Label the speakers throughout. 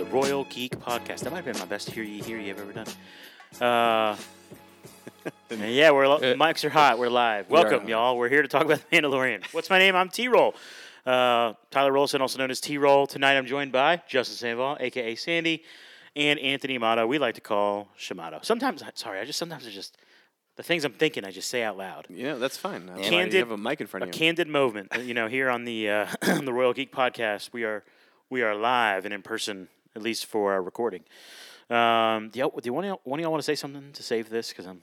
Speaker 1: Geek Podcast. That might have been my best hear ye hear ye I've ever done. Uh, yeah, we're li- mics are hot. We're live.
Speaker 2: Uh, We are.
Speaker 1: Welcome, y'all. We're here to talk about the Mandalorian. What's my name? I'm T Roll. Uh, Tyler Rolson, also known as T Roll. Tonight, I'm joined by Justin Sandoval, aka Sandy, and Anthony Amato. We like to call Shamato. Sometimes, I- sorry, I just sometimes I just the things I'm thinking, I just say out loud.
Speaker 2: Yeah, that's fine. I
Speaker 1: Candid-
Speaker 2: you have a mic in front
Speaker 1: a
Speaker 2: of you.
Speaker 1: candid moment. You know, here on the uh, the Royal Geek Podcast, we are we are live and in person, at least for our recording. Um, do, y'all, do one of y'all, one of y'all want to say something to save this? Because I'm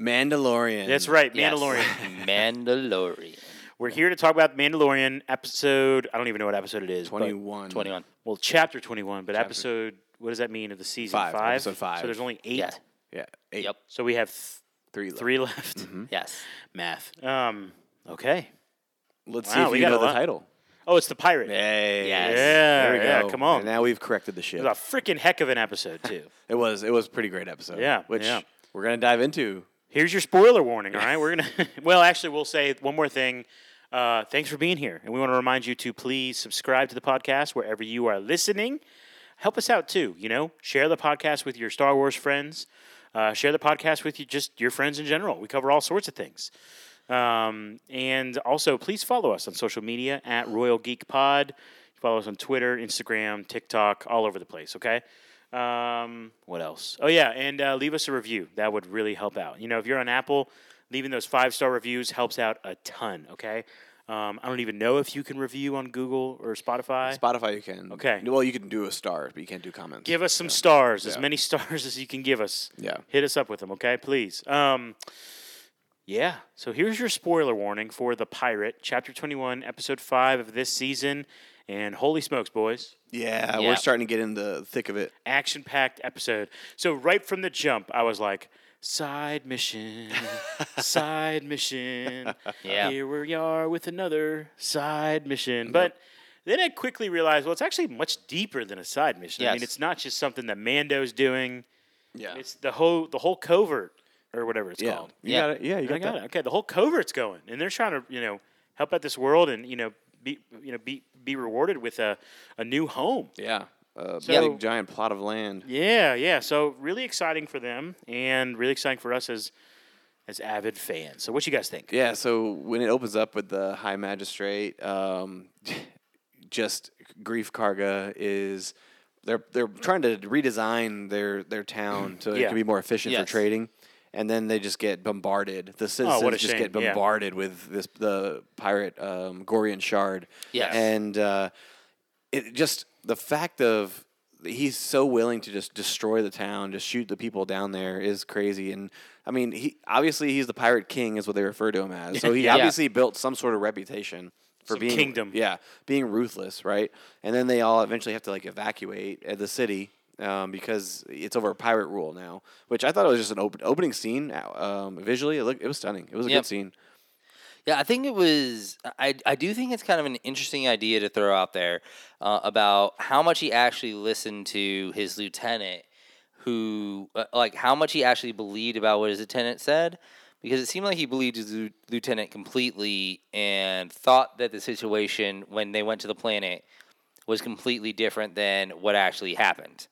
Speaker 2: Mandalorian.
Speaker 1: that's right,
Speaker 3: Yes.
Speaker 1: Mandalorian.
Speaker 3: Mandalorian.
Speaker 1: We're here to talk about Mandalorian episode. I don't even know what episode it is. but-
Speaker 2: 21.
Speaker 3: 21.
Speaker 1: well, chapter twenty one, but episode. What does that mean of the season?
Speaker 2: Five, episode five.
Speaker 1: So there's only eight.
Speaker 3: Yeah.
Speaker 2: Yeah. Eight.
Speaker 3: Yep.
Speaker 1: So we have th-
Speaker 2: Three. left.
Speaker 1: three left.
Speaker 3: Yes.
Speaker 1: Math. Um. Okay.
Speaker 2: Let's
Speaker 1: Wow,
Speaker 2: see
Speaker 1: we
Speaker 2: if you
Speaker 1: got a
Speaker 2: know the
Speaker 1: lot.
Speaker 2: title.
Speaker 1: Oh, it's the pirate.
Speaker 2: Hey.
Speaker 3: Yes.
Speaker 1: Yeah.
Speaker 2: There we
Speaker 1: yeah,
Speaker 2: go.
Speaker 1: Come on.
Speaker 2: And now we've corrected the
Speaker 1: It
Speaker 2: ship.
Speaker 1: was a freaking heck of an episode too.
Speaker 2: It was it was a pretty great episode.
Speaker 1: Yeah,
Speaker 2: Which
Speaker 1: yeah.
Speaker 2: we're gonna dive into.
Speaker 1: Here's your spoiler warning. All right, we're gonna. Well, actually, we'll say one more thing. Uh, thanks for being here, and we want to remind you to please subscribe to the podcast wherever you are listening. Help us out too. You know, share the podcast with your Star Wars friends. Uh, share the podcast with you, just your friends in general. We cover all sorts of things. Um, and also, please follow us on social media at Royal Geek Pod. Follow us on Twitter, Instagram, TikTok, all over the place. Okay. Um, what else? Oh yeah, and uh, leave us a review. That would really help out. You know, if you're on Apple, leaving those five star reviews helps out a ton. Okay. Um, I don't even know if you can review on Google or Spotify.
Speaker 2: Spotify you can.
Speaker 1: Okay.
Speaker 2: Well, you can do a star, but you can't do comments.
Speaker 1: Give us some stars, as many stars as you can give us.
Speaker 2: Yeah.
Speaker 1: Hit us up with them, okay? Please. Um, yeah. So here's your spoiler warning for The Pirate, Chapter 21, Episode 5 of this season. And holy smokes, boys.
Speaker 2: Yeah,
Speaker 3: Yeah.
Speaker 2: we're starting to get in the thick of it.
Speaker 1: Action packed episode. So right from the jump, I was like, side mission, side mission.
Speaker 3: Yeah.
Speaker 1: Here we are with another side mission. But. Then I quickly realized, well, it's actually much deeper than a side mission. I mean,
Speaker 3: Yes.
Speaker 1: it's not just something that Mando's doing.
Speaker 2: Yeah.
Speaker 1: It's the whole the whole covert or whatever it's
Speaker 2: yeah.
Speaker 1: called.
Speaker 2: You
Speaker 3: Yeah.
Speaker 2: got it. Yeah, you
Speaker 1: I
Speaker 2: got,
Speaker 1: got
Speaker 2: that.
Speaker 1: it. Okay, the whole covert's going, and they're trying to you know help out this world and you know be you know be be rewarded with a a new home.
Speaker 2: Yeah. Uh,
Speaker 1: So-
Speaker 2: big giant plot of land.
Speaker 1: Yeah, yeah. So really exciting for them, and really exciting for us as as avid fans. So what you guys think?
Speaker 2: Yeah, so when it opens up with the High Magistrate, um, just Grief Karga is they're they're trying to redesign their their town so it
Speaker 1: Mm. Yeah.
Speaker 2: can be more efficient
Speaker 3: Yes.
Speaker 2: for trading, and then they just get bombarded. The citizens
Speaker 1: Oh, what a
Speaker 2: just
Speaker 1: shame,
Speaker 2: get
Speaker 1: yeah.
Speaker 2: bombarded with this the pirate um, Gorian Shard.
Speaker 3: Yes.
Speaker 2: and uh, it just the fact of he's so willing to just destroy the town, just shoot the people down there is crazy. And I mean, he obviously he's the pirate king is what they refer to him as. So he
Speaker 3: Yeah.
Speaker 2: obviously built some sort of reputation for
Speaker 1: Some
Speaker 2: being
Speaker 1: kingdom.
Speaker 2: Yeah, being ruthless, right? And then they all eventually have to like evacuate uh, the city. Um, because it's over a pirate rule now, which I thought it was just an open, opening scene. uh, Um, visually, it looked it was stunning. It was a
Speaker 3: Yep.
Speaker 2: good scene.
Speaker 3: Yeah, I think it was. I, I do think it's kind of an interesting idea to throw out there uh, about how much he actually listened to his lieutenant, who, uh, like, how much he actually believed about what his lieutenant said, because it seemed like he believed his lieu- lieutenant completely and thought that the situation when they went to the planet was completely different than what actually happened.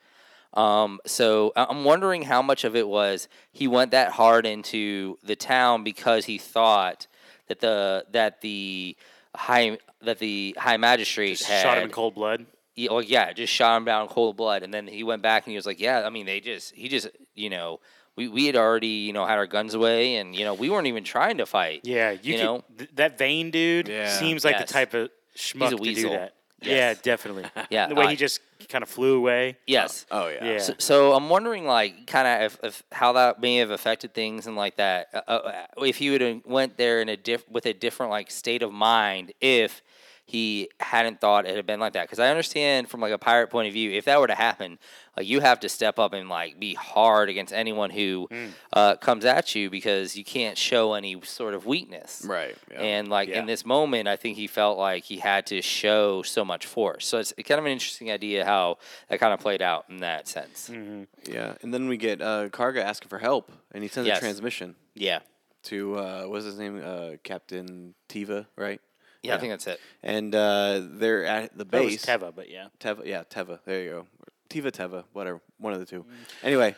Speaker 3: Um, so I- I'm wondering how much of it was he went that hard into the town because he thought that the that the high that the high magistrate
Speaker 1: Just
Speaker 3: had
Speaker 1: shot him in cold blood.
Speaker 3: yeah, well, yeah, just shot him down cold blood, and then he went back and he was like, "Yeah, I mean, they just he just you know we, we had already you know had our guns away, and you know we weren't even trying to fight.
Speaker 1: Yeah, you,
Speaker 3: You
Speaker 1: could-
Speaker 3: know?
Speaker 1: th- that vain dude
Speaker 2: Yeah.
Speaker 1: seems like
Speaker 3: Yes.
Speaker 1: the type of schmuck to do
Speaker 3: weasel.
Speaker 1: that. Yeah,
Speaker 3: Yes.
Speaker 1: definitely.
Speaker 3: Yeah,
Speaker 1: the way
Speaker 3: I-
Speaker 1: he just kind of flew away.
Speaker 3: Yes,
Speaker 2: Oh
Speaker 1: Yeah.
Speaker 3: So, so I'm wondering, like, kind of if, if how that may have affected things and like that. Uh, uh, if he would have went there in a diff with a different like state of mind, if he hadn't thought it had been like that. Because I understand from like a pirate point of view, if that were to happen, like you have to step up and like be hard against anyone who uh, comes at you because you can't show any sort of weakness.
Speaker 2: right. Yeah.
Speaker 3: And like
Speaker 1: Yeah.
Speaker 3: in this moment, I think he felt like he had to show so much force. So it's kind of an interesting idea how that kind of played out in that sense.
Speaker 2: Mm-hmm. Yeah, and then we get uh, Karga asking for help, and he sends
Speaker 3: Yes.
Speaker 2: a transmission
Speaker 3: Yeah.
Speaker 2: to uh, what's his name, uh, Captain Tiva, right?
Speaker 3: Yeah, I think that's it.
Speaker 2: And uh, they're at the
Speaker 1: That was
Speaker 2: base.
Speaker 1: Teva, but yeah.
Speaker 2: Teva, yeah, Teva. There you go. Tiva Teva, whatever, one of the two. Anyway,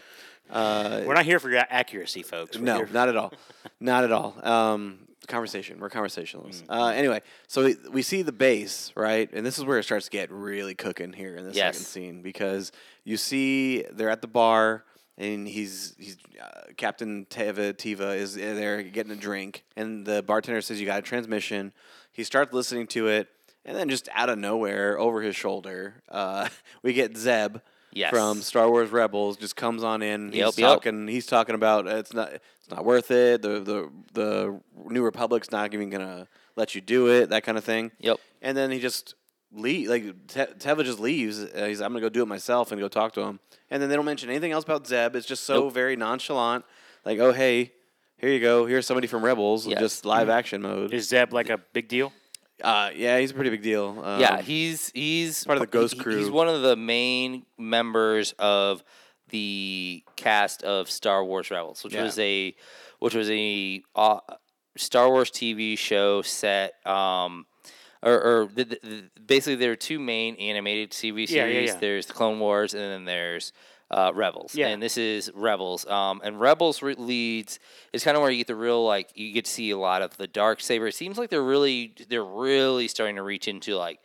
Speaker 2: uh,
Speaker 1: We're not here for your accuracy, folks. We're
Speaker 2: no,
Speaker 1: here-
Speaker 2: not at all, not at all. Um, conversation. We're conversationalists.
Speaker 3: Mm.
Speaker 2: Uh, anyway, so we, we see the bass, right? And this is where it starts to get really cooking here in this
Speaker 3: Yes.
Speaker 2: second scene because you see they're at the bar. And he's he's uh, Captain Teva Tiva is uh, there getting a drink, and the bartender says you got a transmission. He starts listening to it, and then just out of nowhere, over his shoulder, uh, we get Zeb
Speaker 3: Yes.
Speaker 2: from Star Wars Rebels just comes on in.
Speaker 3: Yep,
Speaker 2: he's
Speaker 3: yep.
Speaker 2: talking. He's talking about uh, it's not it's not worth it. The the the New Republic's not even gonna let you do it. That kind of thing.
Speaker 3: Yep.
Speaker 2: And then he just leave. Like Te- Teva just leaves. Uh, he's I'm gonna go do it myself and go talk to him. And then they don't mention anything else about Zeb. It's just so
Speaker 3: Nope.
Speaker 2: very nonchalant. Like oh hey. Here you go. Here's somebody from Rebels,
Speaker 3: Yes. Mm-hmm.
Speaker 2: just live action mode.
Speaker 1: Is Zeb like a big deal?
Speaker 2: Uh, yeah, he's a pretty big deal. Um,
Speaker 3: yeah, he's he's
Speaker 2: part of the Ghost
Speaker 3: he- He's
Speaker 2: Crew.
Speaker 3: one of the main members of the cast of Star Wars Rebels, which
Speaker 2: Yeah.
Speaker 3: was a which was a uh, Star Wars TV show set. Um, or, or the, the, the- basically, there are two main animated TV series.
Speaker 1: Yeah, yeah, yeah.
Speaker 3: There's the Clone Wars, and then there's uh, Rebels.
Speaker 1: Yeah.
Speaker 3: And this is Rebels. Um, and Rebels re- leads is kind of where you get the real like you get to see a lot of the dark saber. It seems like they're really they're really starting to reach into like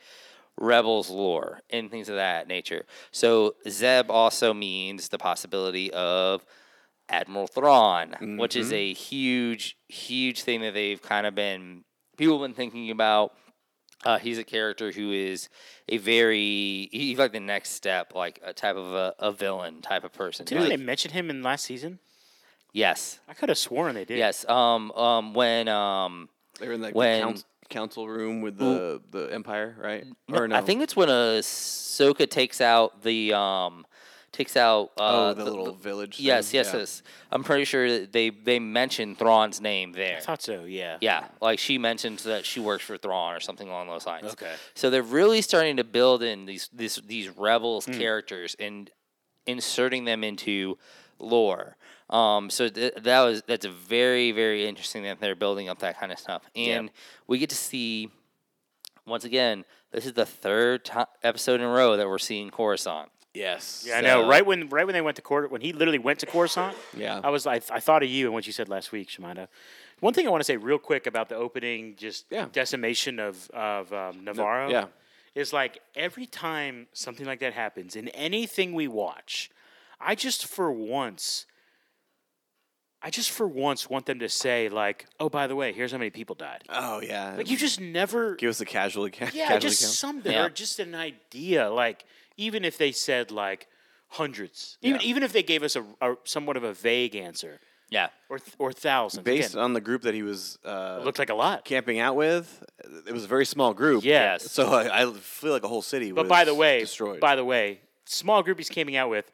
Speaker 3: Rebels lore and things of that nature. So Zeb also means the possibility of Admiral Thrawn, which
Speaker 2: Mm-hmm.
Speaker 3: is a huge, huge thing that they've kind of been people have been thinking about. Uh, he's a character who is a very he- he's like the next step, like a type of a, a villain type of person.
Speaker 1: Didn't they
Speaker 3: Like-
Speaker 1: mention him in last season?
Speaker 3: yes,
Speaker 1: I could have sworn they did.
Speaker 3: yes. Um, um, when um,
Speaker 2: they're in like
Speaker 3: When-
Speaker 2: the coun- council room with the the Empire, right? or no?
Speaker 3: I think it's when Ahsoka takes out the um, takes out uh,
Speaker 2: oh, the, little village. thing,
Speaker 3: Yes, yes,
Speaker 2: yeah.
Speaker 3: yes. I'm pretty sure that they they mentioned Thrawn's name there.
Speaker 1: I thought so. Yeah.
Speaker 3: Yeah, like she mentioned that she works for Thrawn or something along those lines.
Speaker 1: Okay.
Speaker 3: So they're really starting to build in these this, these
Speaker 1: Hmm.
Speaker 3: rebels characters and inserting them into lore. Um, so th- that was that's a very very interesting that they're building up that kind of stuff, and we get to see once again. This is the third to- episode in a row that we're seeing Coruscant.
Speaker 2: Yes.
Speaker 1: Yeah, I know.
Speaker 3: So-
Speaker 1: Right when right when they went to court, when he literally went to Coruscant,
Speaker 2: Yeah.
Speaker 1: I was I, I thought of you and what you said last week, Shemanda. One thing I want to say real quick about the opening, just
Speaker 2: Yeah.
Speaker 1: decimation of of um, Navarro,
Speaker 2: yeah.
Speaker 1: is like every time something like that happens in anything we watch, I just for once. I just for once want them to say like, "Oh, by the way, here's how many people died."
Speaker 2: Oh yeah.
Speaker 1: Like you just never
Speaker 2: give us a casual account.
Speaker 1: yeah,
Speaker 2: casual
Speaker 1: just
Speaker 2: account.
Speaker 1: something
Speaker 3: Yeah.
Speaker 1: or just an idea. Like even if they said like hundreds, even
Speaker 2: Yeah.
Speaker 1: even if they gave us a, a somewhat of a vague answer
Speaker 3: Yeah,
Speaker 1: or th- or thousands,
Speaker 2: based
Speaker 1: Again,
Speaker 2: on the group that he was uh,
Speaker 1: it looked like a lot.
Speaker 2: camping out with. It was a very small group.
Speaker 1: Yes.
Speaker 2: So I, I feel like a whole city.
Speaker 1: But
Speaker 2: was
Speaker 1: by the way,
Speaker 2: destroyed.
Speaker 1: by the way, small group he's coming out with.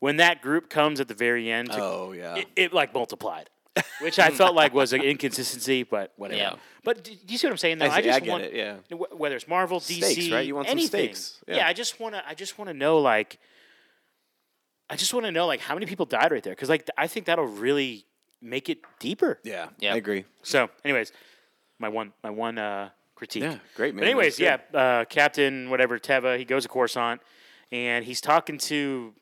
Speaker 1: When that group comes at the very end, to,
Speaker 2: oh yeah.
Speaker 1: it, it like multiplied, which I felt like was an inconsistency, but whatever.
Speaker 3: Yeah.
Speaker 1: But do, do you see what I'm saying? Though
Speaker 2: I see-
Speaker 1: just
Speaker 2: I get
Speaker 1: want
Speaker 2: it, yeah.
Speaker 1: wh- whether it's Marvel, DC,
Speaker 2: Stakes, right? You want some
Speaker 1: anything.
Speaker 2: stakes,
Speaker 1: Yeah.
Speaker 2: yeah.
Speaker 1: I just want to. I just want to know like. I just want to know like how many people died right there because like I think that'll really make it deeper.
Speaker 2: yeah.
Speaker 3: Yeah.
Speaker 2: I agree.
Speaker 1: So, anyways, my one my one uh, critique.
Speaker 2: Yeah. Great man.
Speaker 1: But anyways,
Speaker 2: That's good.
Speaker 1: yeah, uh, Captain whatever Teva, he goes to Coruscant, and he's talking to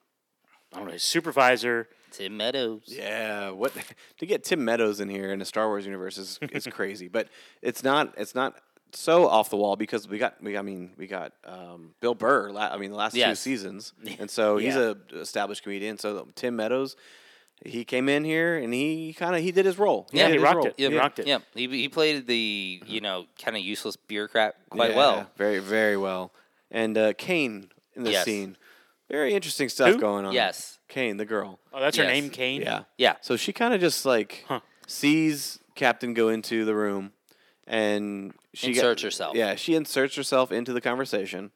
Speaker 1: I don't know his supervisor.
Speaker 3: Tim Meadows.
Speaker 2: Yeah, what to get Tim Meadows in here in the Star Wars universe is, is crazy, but it's not it's not so off the wall because we got we I mean we got um, Bill Burr. La- I mean the last two
Speaker 3: Yes.
Speaker 2: seasons, and so he's
Speaker 1: Yeah.
Speaker 2: a established comedian. So Tim Meadows, he came in here and he kind of he did his role.
Speaker 3: Yeah,
Speaker 1: he
Speaker 2: did his
Speaker 1: rocked
Speaker 2: role.
Speaker 1: it. He rocked it. Mm-hmm.
Speaker 3: Yeah, he, he played the you know kind of useless bureaucrat quite well.
Speaker 1: Uh-huh.
Speaker 2: very very well. And uh, Kane in the
Speaker 3: Yes.
Speaker 2: scene, very interesting stuff
Speaker 1: Who?
Speaker 2: going on.
Speaker 3: Yes.
Speaker 2: Kane, the girl.
Speaker 1: Oh, that's her
Speaker 3: Yes.
Speaker 1: name, Kane.
Speaker 2: Yeah.
Speaker 3: Yeah.
Speaker 2: So she kind of just like sees Captain go into the room and she got-
Speaker 3: Inserts herself.
Speaker 2: Yeah, she inserts herself into the conversation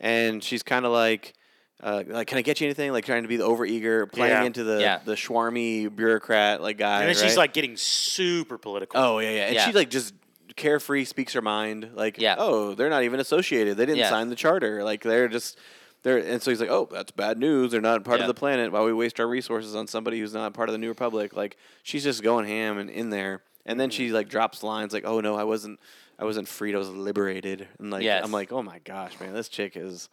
Speaker 2: and she's kind of like uh, like can I get you anything? Like trying to be the overeager, playing
Speaker 1: Yeah.
Speaker 2: into the
Speaker 3: Yeah.
Speaker 2: the schwarmy bureaucrat like guy.
Speaker 1: And then she's
Speaker 2: right?
Speaker 1: like getting super political.
Speaker 2: Oh yeah, yeah. And
Speaker 3: Yeah.
Speaker 2: she like just carefree speaks her mind. Like,
Speaker 3: Yeah.
Speaker 2: oh, they're not even associated. They didn't
Speaker 3: Yeah.
Speaker 2: sign the charter. Like they're just they're and so he's like, Oh, that's bad news. They're not part
Speaker 3: Yeah.
Speaker 2: of the planet. Why we waste our resources on somebody who's not part of the new republic? Like she's just going ham and in there. And then
Speaker 3: Mm-hmm.
Speaker 2: she like drops lines like, Oh no, I wasn't I wasn't freed, I was liberated and like
Speaker 3: Yes.
Speaker 2: I'm like, Oh my gosh, man, this chick is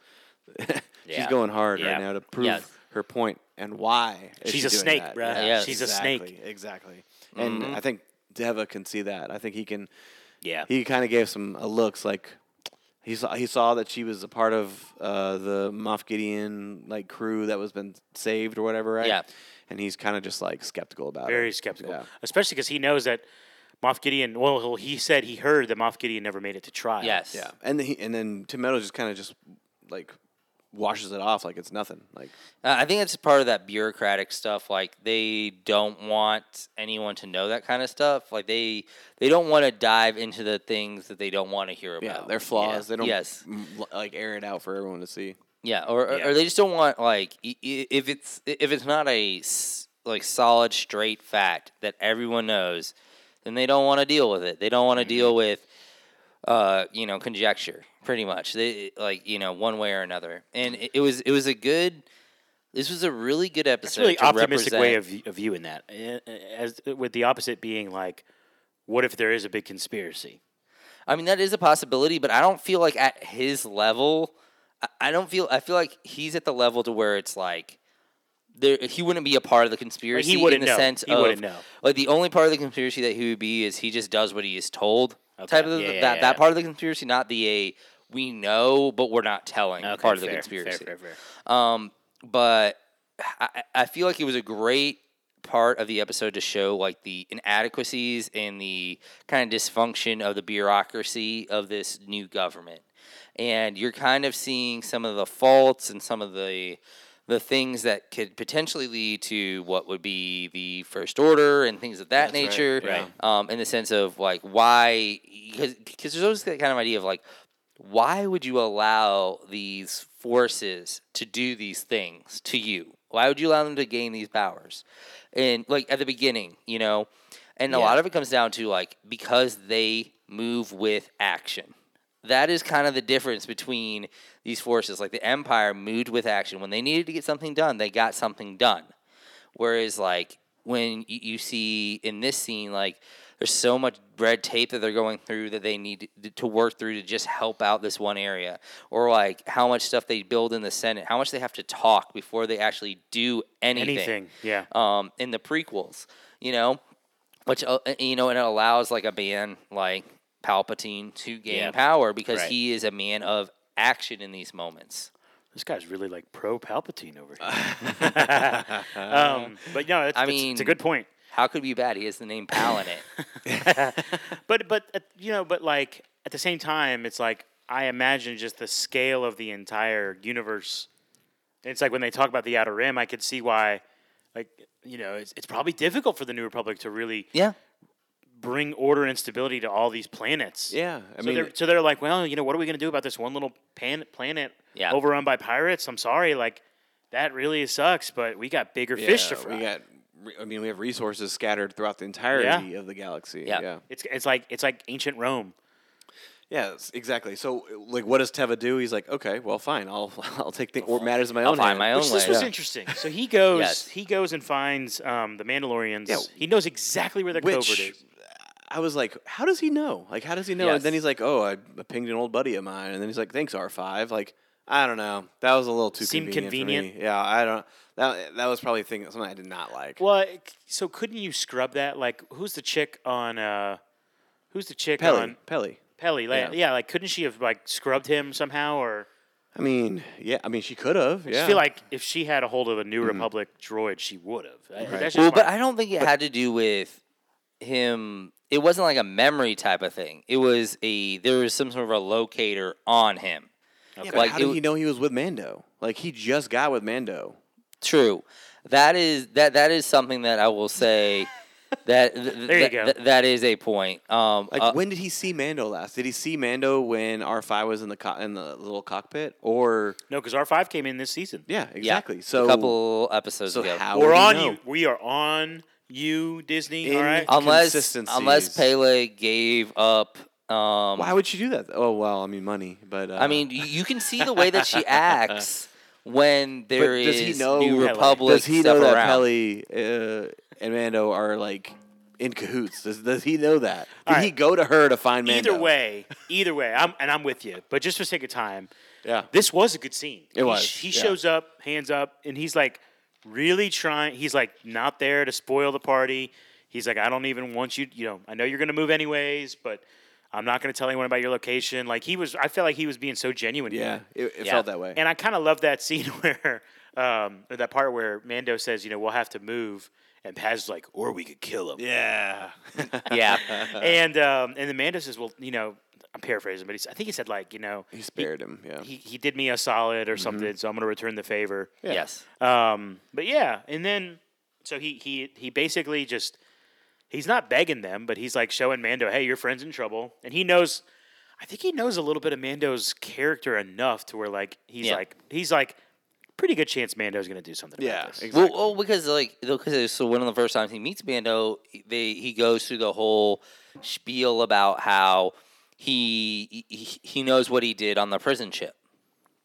Speaker 2: She's
Speaker 3: Yeah.
Speaker 2: going hard
Speaker 1: Yeah.
Speaker 2: right now to prove
Speaker 3: Yeah.
Speaker 2: her point and why. is
Speaker 1: She's
Speaker 2: she
Speaker 1: a
Speaker 2: doing
Speaker 1: snake,
Speaker 2: that.
Speaker 1: bruh.
Speaker 3: Yeah.
Speaker 1: She's a snake. Mm-hmm.
Speaker 2: exactly, Exactly. And I think Deva can see that. I think he can.
Speaker 1: Yeah.
Speaker 2: He kind of gave some uh, looks like he saw he saw that she was a part of uh, the Moff Gideon like crew that was been saved or whatever, right?
Speaker 3: Yeah.
Speaker 2: And he's kind of just like skeptical about it.
Speaker 1: Very skeptical,
Speaker 2: Yeah.
Speaker 1: especially because he knows that Moff Gideon. Well, he said he heard that Moff Gideon never made it to trial.
Speaker 3: Yes.
Speaker 2: Yeah. And then he, and then Tim Meadows just kind of just like washes it off like it's nothing. Like
Speaker 3: Uh, I think it's part of that bureaucratic stuff. Like they don't want anyone to know that kind of stuff. Like they they don't want to dive into the things that they don't want to hear about.
Speaker 2: yeah, their flaws. They don't
Speaker 3: Yes.
Speaker 2: m- like air it out for everyone to see.
Speaker 3: Yeah, or or-
Speaker 1: Yeah.
Speaker 3: or they just don't want like i- i- if it's if it's not a s- like solid straight fact that everyone knows, then they don't want to deal with it. They don't
Speaker 1: Mm-hmm.
Speaker 3: want to deal with uh you know conjecture pretty much. They like you know one way or another. And it, it was it was a good. This was a really good episode.
Speaker 1: it's a really
Speaker 3: to
Speaker 1: optimistic way
Speaker 3: represent-
Speaker 1: of, of viewing that. eh, As with the opposite being like, what if there is a big conspiracy?
Speaker 3: I mean, that is a possibility, but I don't feel like at his level. I- I don't feel. I feel like he's at the level to where it's like there. He wouldn't be a part of the
Speaker 1: Like,
Speaker 3: conspiracy
Speaker 1: he wouldn't
Speaker 3: in the
Speaker 1: know.
Speaker 3: sense
Speaker 1: he
Speaker 3: of
Speaker 1: wouldn't know.
Speaker 3: like the only part of the conspiracy that he would be is he just does what he is told type of the,
Speaker 1: Yeah, yeah,
Speaker 3: that
Speaker 1: yeah,
Speaker 3: that
Speaker 1: yeah.
Speaker 3: part of the conspiracy, not the a we know but we're not telling
Speaker 1: Okay,
Speaker 3: part of the
Speaker 1: fair,
Speaker 3: conspiracy.
Speaker 1: Fair, fair, fair.
Speaker 3: Um, but I, I- I feel like it was a great part of the episode to show like the inadequacies and the kind of dysfunction of the bureaucracy of this new government. And you're kind of seeing some of the faults and some of the the things that could potentially lead to what would be the first order and things of that
Speaker 2: That's right,
Speaker 3: nature.
Speaker 2: yeah.
Speaker 3: Um, in the sense of like why, because there's always that kind of idea of like why would you allow these forces to do these things to you? Why would you allow them to gain these powers? And like at the beginning, you know, and a
Speaker 1: Yeah.
Speaker 3: lot of it comes down to like because they move with action. That is kind of the difference between these forces. Like the Empire moved with action. When they needed to get something done, they got something done. Whereas, like, when you, you see in this scene, like, there's so much red tape that they're going through that they need to, to work through to just help out this one area. Or, like, how much stuff they build in the Senate, how much they have to talk before they actually do anything.
Speaker 1: Anything. Yeah.
Speaker 3: Um, in the prequels, you know, which, uh, uh, you know, and it allows, like, a man like Palpatine to gain
Speaker 1: Yeah.
Speaker 3: power because
Speaker 1: Right.
Speaker 3: he is a man of action in these moments.
Speaker 1: This guy's really like pro Palpatine over here. um,
Speaker 2: Uh,
Speaker 1: but no, that's, that's- it's
Speaker 3: I
Speaker 1: a
Speaker 3: mean-
Speaker 1: good point.
Speaker 3: How could we be bad? He has the name Pal in it.
Speaker 1: But but uh, you know, but like at the same time, it's like I imagine just the scale of the entire universe. It's like when they talk about the Outer Rim, I could see why, like you know, it's, it's probably difficult for the New Republic to really
Speaker 3: yeah.
Speaker 1: bring order and stability to all these planets.
Speaker 2: Yeah, I
Speaker 1: so
Speaker 2: mean,
Speaker 1: they're so they're like, well, you know, what are we gonna do about this one little pan- planet
Speaker 3: Yeah.
Speaker 1: overrun by pirates? I'm sorry, like that really sucks, but we got bigger fish to
Speaker 2: yeah,
Speaker 1: fry.
Speaker 2: We got, re- I mean, we have resources scattered throughout the entirety of the galaxy.
Speaker 3: Yeah.
Speaker 2: yeah,
Speaker 1: it's it's like it's like ancient Rome.
Speaker 2: Yeah, s- exactly. So, like, what does Teva do? He's like, okay, well, fine, I'll I'll take the or matters in my own
Speaker 3: find
Speaker 2: hand."
Speaker 3: my own
Speaker 2: Which-
Speaker 1: Which this
Speaker 3: way.
Speaker 1: was
Speaker 2: Yeah.
Speaker 1: interesting. So he goes,
Speaker 3: Yes.
Speaker 1: he goes and finds um, the Mandalorians.
Speaker 2: Yeah.
Speaker 1: He knows exactly where their covert
Speaker 2: Which
Speaker 1: is.
Speaker 2: I was like, how does he know? Like, how does he know?
Speaker 3: Yes.
Speaker 2: And then he's like, oh, I pinged an old buddy of mine, and then he's like, thanks R five. Like, I don't know, that was a little too
Speaker 1: Seemed
Speaker 2: convenient. for
Speaker 1: convenient.
Speaker 2: me. Yeah, I don't. That that was probably a thing something I did not like.
Speaker 1: Well, it- so couldn't you scrub that? Like, who's the chick on? Uh, who's the chick
Speaker 2: Pelly,
Speaker 1: on
Speaker 2: Pelly.
Speaker 1: Pelly? Like,
Speaker 2: Yeah.
Speaker 1: yeah. like couldn't she have like scrubbed him somehow? Or
Speaker 2: I mean, yeah, I mean, she could have.
Speaker 1: I
Speaker 2: Yeah, Mm-hmm.
Speaker 1: feel like if she had a hold of a New Republic droid, she would have. I- that's just
Speaker 3: Well, but
Speaker 1: my-
Speaker 3: I don't think it had to do with him. It wasn't like a memory type of thing. It was a there was some sort of a locator on him.
Speaker 2: yeah,
Speaker 3: Okay.
Speaker 2: but
Speaker 3: like,
Speaker 2: how
Speaker 3: it
Speaker 2: did
Speaker 3: w-
Speaker 2: he know he was with Mando? Like, he just got with Mando.
Speaker 3: True. That is that that is something that I will say that th- th-
Speaker 1: There you
Speaker 3: that-
Speaker 1: go.
Speaker 3: th- that is a point. Um
Speaker 2: Like
Speaker 3: uh,
Speaker 2: when did he see Mando last? Did he see Mando when R five was in the co- in the little cockpit? Or
Speaker 1: no, because R five came in this season.
Speaker 2: yeah,
Speaker 3: yeah,
Speaker 2: exactly. So
Speaker 3: a couple episodes
Speaker 2: so
Speaker 3: ago.
Speaker 2: how
Speaker 1: We're
Speaker 2: would he
Speaker 1: on
Speaker 2: know?
Speaker 1: you. We are on you, Disney.
Speaker 2: In-
Speaker 1: all right.
Speaker 3: unless unless
Speaker 2: consistencies.
Speaker 3: Pele gave up um
Speaker 2: Why would she do that? Oh well, I mean money, but uh,
Speaker 3: I mean, you, you can see the way that she acts when there is
Speaker 2: does he know
Speaker 3: New
Speaker 2: Pele?
Speaker 3: Republic
Speaker 2: does he
Speaker 3: stuff
Speaker 2: know that
Speaker 3: around.
Speaker 2: Pelly uh, and Mando are like in cahoots? Does, does he know that? Did
Speaker 1: All right.
Speaker 2: he go to her to find Mando?
Speaker 1: Either way, either way, I'm and I'm with you. But just for sake of time,
Speaker 2: Yeah.
Speaker 1: This was a good scene.
Speaker 2: It
Speaker 1: He
Speaker 2: was,
Speaker 1: sh- He,
Speaker 2: yeah.
Speaker 1: shows up, hands up, and he's like really trying. He's like not there to spoil the party. He's like, I don't even want you. You know, I know you're gonna move anyways, but I'm not gonna tell anyone about your location. Like he was, I felt like he was being so genuine. here.
Speaker 2: Yeah. It, it
Speaker 3: Yeah.
Speaker 2: felt that way.
Speaker 1: And I kind of love that scene where, um, or that part where Mando says, you know, we'll have to move, and Paz like, or we could kill him.
Speaker 2: yeah.
Speaker 3: yeah.
Speaker 1: And um, and then Mando says, well, you know, I'm paraphrasing, but he's, I think he said like, you know,
Speaker 2: He spared him. Yeah.
Speaker 1: he, he did me a solid or something, so I'm gonna return the favor.
Speaker 2: Yeah.
Speaker 3: Yes.
Speaker 1: Um, but yeah, and then so he he he basically just he's not begging them, but he's like showing Mando, hey, your friend's in trouble, and he knows. I think he knows a little bit of Mando's character enough to where like he's
Speaker 3: Yeah.
Speaker 1: like he's like pretty good chance Mando's gonna do something.
Speaker 2: Yeah,
Speaker 1: about this.
Speaker 2: exactly.
Speaker 3: Well, well, because like because so one of the first times he meets Bando, they he goes through the whole spiel about how he he, he knows what he did on the prison ship.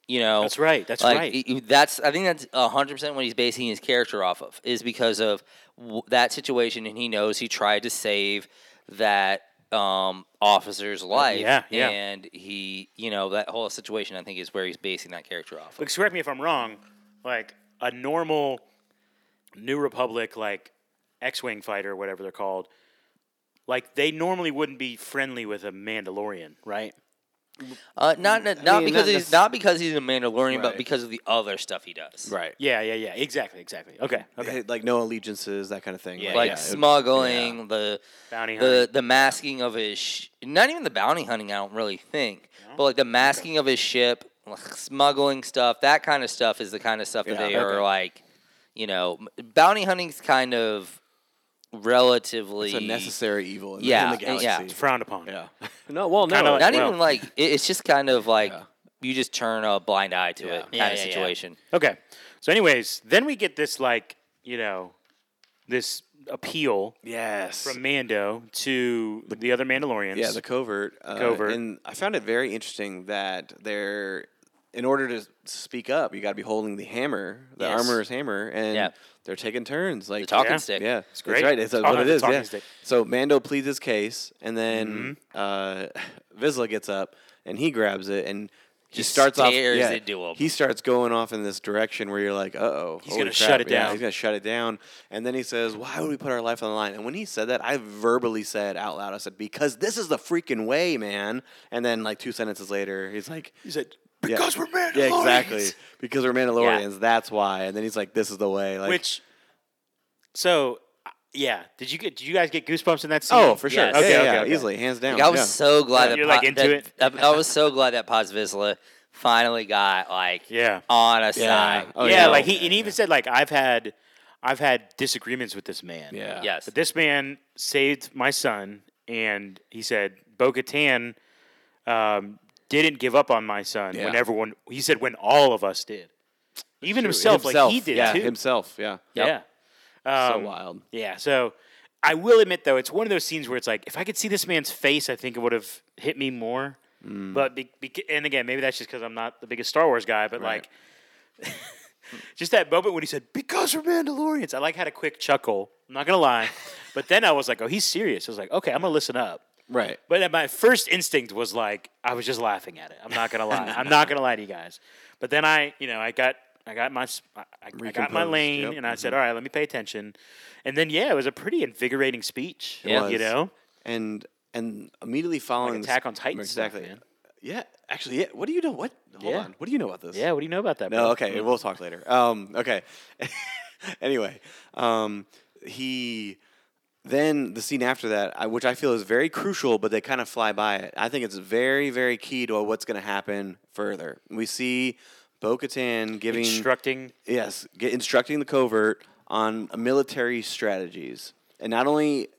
Speaker 3: You know,
Speaker 1: That's right. That's
Speaker 3: like,
Speaker 1: right.
Speaker 3: it- it- that's I think that's hundred percent what he's basing his character off of is because of w- that situation, and he knows he tried to save that um officer's life
Speaker 1: yeah, yeah.
Speaker 3: and he you know that whole situation i think is where he's basing that character off of.
Speaker 1: But correct me if I'm wrong. Like a normal New Republic, like X-wing fighter, whatever they're called, like they normally wouldn't be friendly with a Mandalorian, right?
Speaker 3: Uh, not not, not
Speaker 2: Mm. mean,
Speaker 3: because
Speaker 2: not
Speaker 3: he's
Speaker 2: necess-
Speaker 3: not because he's a Mandalorian, but
Speaker 2: Right.
Speaker 3: because of the other stuff he does.
Speaker 2: Right.
Speaker 1: Yeah, yeah, yeah. Exactly, exactly. Okay, okay.
Speaker 2: Like no allegiances, that kind of thing.
Speaker 1: Yeah,
Speaker 3: Like
Speaker 1: yeah.
Speaker 3: smuggling the
Speaker 1: Bounty
Speaker 3: the
Speaker 1: hunting.
Speaker 3: the masking of his sh- not even the bounty hunting. I don't really think, but like the masking of his ship, smuggling stuff, that kind of stuff is the kind of stuff that
Speaker 2: Yeah, okay.
Speaker 3: they are like, you know, m- bounty hunting's kind of relatively
Speaker 2: It's a necessary evil in, the-
Speaker 3: Yeah,
Speaker 2: in the
Speaker 3: and- yeah.
Speaker 2: galaxy.
Speaker 1: It's frowned upon.
Speaker 2: Yeah. no, well, no.
Speaker 1: Kinda like-
Speaker 3: not
Speaker 1: well-
Speaker 3: even like it- it's just kind of like
Speaker 2: Yeah.
Speaker 3: you just turn a blind eye to
Speaker 2: Yeah.
Speaker 3: it kind
Speaker 1: Yeah,
Speaker 3: of
Speaker 1: yeah, yeah.
Speaker 3: situation.
Speaker 1: Okay. So, anyways, then we get this like you know this appeal
Speaker 2: yes.
Speaker 1: from Mando to the, other Mandalorians.
Speaker 2: Yeah, the covert. Uh,
Speaker 1: Covert.
Speaker 2: And I found it very interesting that they're, in order to speak up, you got to be holding the hammer, the
Speaker 3: Yes.
Speaker 2: armorer's hammer, and
Speaker 3: Yeah.
Speaker 2: they're taking turns. Like
Speaker 3: talking
Speaker 1: Yeah.
Speaker 3: stick.
Speaker 2: Yeah,
Speaker 1: It's great.
Speaker 2: That's right. It's
Speaker 1: It's
Speaker 2: uh,
Speaker 1: all-
Speaker 2: what it
Speaker 1: it's
Speaker 2: is.
Speaker 1: talking
Speaker 2: Yeah.
Speaker 1: stick. Mm-hmm.
Speaker 2: So Mando pleads his case, and then uh, Vizsla gets up and he grabs it and. He
Speaker 3: Just
Speaker 2: starts off.
Speaker 3: stares
Speaker 2: Yeah,
Speaker 3: into him.
Speaker 2: He starts going off in this direction where you're like, "Uh oh,
Speaker 1: He's gonna shut it down.
Speaker 2: he's gonna shut it down." And then he says, "Why would we put our life on the line?" And when he said that, I verbally said out loud, "I said because this is the freaking way, man." And then like two sentences later, he's like,
Speaker 1: He said,
Speaker 2: Yeah.
Speaker 1: "Because we're Mandalorians."
Speaker 2: "Yeah, exactly, because we're Mandalorians. That's why." And then he's like, "This is the way." Like,
Speaker 1: Which, so uh, yeah, did you get? Did you guys get goosebumps in that scene?
Speaker 2: oh, for sure,
Speaker 3: Yes.
Speaker 2: Yeah,
Speaker 1: Okay,
Speaker 2: yeah,
Speaker 1: okay,
Speaker 2: yeah,
Speaker 1: okay.
Speaker 2: easily, hands down.
Speaker 3: Like, I was
Speaker 2: yeah.
Speaker 3: so glad that
Speaker 1: Oh, You're,
Speaker 3: Pa-
Speaker 1: like, into
Speaker 3: that- I, I was so glad that Paz Vizsla finally got like
Speaker 1: Yeah.
Speaker 3: on a
Speaker 2: Yeah.
Speaker 3: side.
Speaker 2: Oh,
Speaker 1: yeah,
Speaker 2: yeah.
Speaker 1: like he and he even said like I've had, I've had disagreements with this man.
Speaker 2: Yeah.
Speaker 3: yes,
Speaker 1: But this man saved my son, and he said Bo Katan um, didn't give up on my son when
Speaker 2: Yeah.
Speaker 1: everyone. He said when all of us did, even himself, like he did
Speaker 2: yeah,
Speaker 1: too.
Speaker 2: Himself, yeah.
Speaker 3: Yep.
Speaker 1: Yeah.
Speaker 2: So
Speaker 1: Um,
Speaker 2: wild.
Speaker 1: Yeah. So I will admit though, it's one of those scenes where it's like if I could see this man's face, I think it would have hit me more. But be, bec- and again, maybe that's just because I'm not the biggest Star Wars guy, but
Speaker 2: Right.
Speaker 1: like. Just that moment when he said, "Because we're Mandalorians," I like had a quick chuckle. I'm not gonna lie, but then I was like, "Oh, he's serious." I was like, "Okay, I'm gonna listen up."
Speaker 2: Right.
Speaker 1: But then my first instinct was like, I was just laughing at it. I'm not gonna lie. I'm not gonna lie to you guys. But then I, you know, I got, I got my, s- I, I- I got my
Speaker 2: Recomposed,
Speaker 1: lane,
Speaker 2: yep, mm-hmm.
Speaker 1: and I said, all right, let me pay attention. And then yeah, it was a pretty invigorating speech.
Speaker 3: Yeah.
Speaker 1: you
Speaker 2: was.
Speaker 1: know,
Speaker 2: And and immediately following this-
Speaker 1: Attack on Titan stuff,
Speaker 2: Exactly.
Speaker 1: man.
Speaker 2: Yeah. Actually, yeah. What do you know? What? Hold
Speaker 1: Yeah.
Speaker 2: on. What do you know about this?
Speaker 1: yeah. What do you know about that?
Speaker 2: No.
Speaker 1: bro? Mm-hmm.
Speaker 2: Okay. We'll talk later. Um. Okay. anyway, um, he. Then the scene after that, I, which I feel is very crucial, but they kind of fly by it. I think it's very, very key to what's going to happen further. We see Bo-Katan giving
Speaker 1: Instructing.
Speaker 2: Yes, get instructing the covert on military strategies, and not only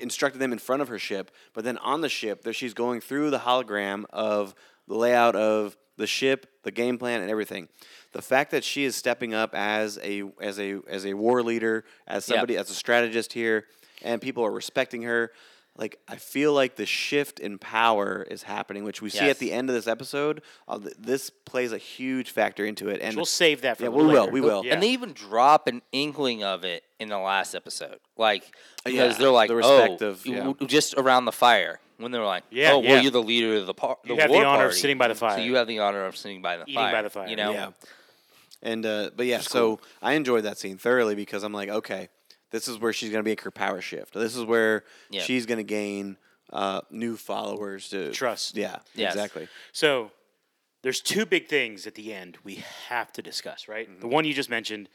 Speaker 2: instructed them in front of her ship, but then on the ship that she's going through the hologram of the layout of the ship, the game plan, and everything. The fact that she is stepping up as a as a as a war leader, as somebody as a strategist here, and people are respecting her. Like I feel like the shift in power is happening, which we see
Speaker 3: Yes.
Speaker 2: at the end of this episode. Uh, th- this plays a huge factor into it, and
Speaker 1: We'll save that for.
Speaker 2: yeah,
Speaker 1: a
Speaker 2: we
Speaker 1: little
Speaker 2: will.
Speaker 1: later.
Speaker 2: We will.
Speaker 1: Yeah.
Speaker 3: and they even drop an inkling of it in the last episode, like because
Speaker 2: Uh, yeah,
Speaker 3: they're like,
Speaker 2: the respect
Speaker 3: oh,
Speaker 2: of-
Speaker 3: you-
Speaker 2: yeah.
Speaker 3: w- just around the fire, when they were like,
Speaker 1: Yeah,
Speaker 3: "Oh, well,
Speaker 1: yeah.
Speaker 3: you're the leader of the par-
Speaker 1: You
Speaker 3: the
Speaker 1: have the
Speaker 3: war
Speaker 1: honor of
Speaker 3: party,
Speaker 1: sitting by the fire.
Speaker 3: So you have the honor of sitting by the
Speaker 1: Eating
Speaker 3: fire.
Speaker 1: by the fire.
Speaker 3: You know,
Speaker 2: Yeah. And uh, but yeah, so I enjoyed that scene thoroughly because I'm like, okay, this is where she's gonna make her power shift. This is where
Speaker 3: Yeah.
Speaker 2: she's gonna gain uh, new followers to
Speaker 1: Trust.
Speaker 2: Yeah,
Speaker 3: Yes.
Speaker 2: exactly.
Speaker 1: So there's two big things at the end we have to discuss, right? The
Speaker 2: Mm-hmm.
Speaker 1: one you just mentioned,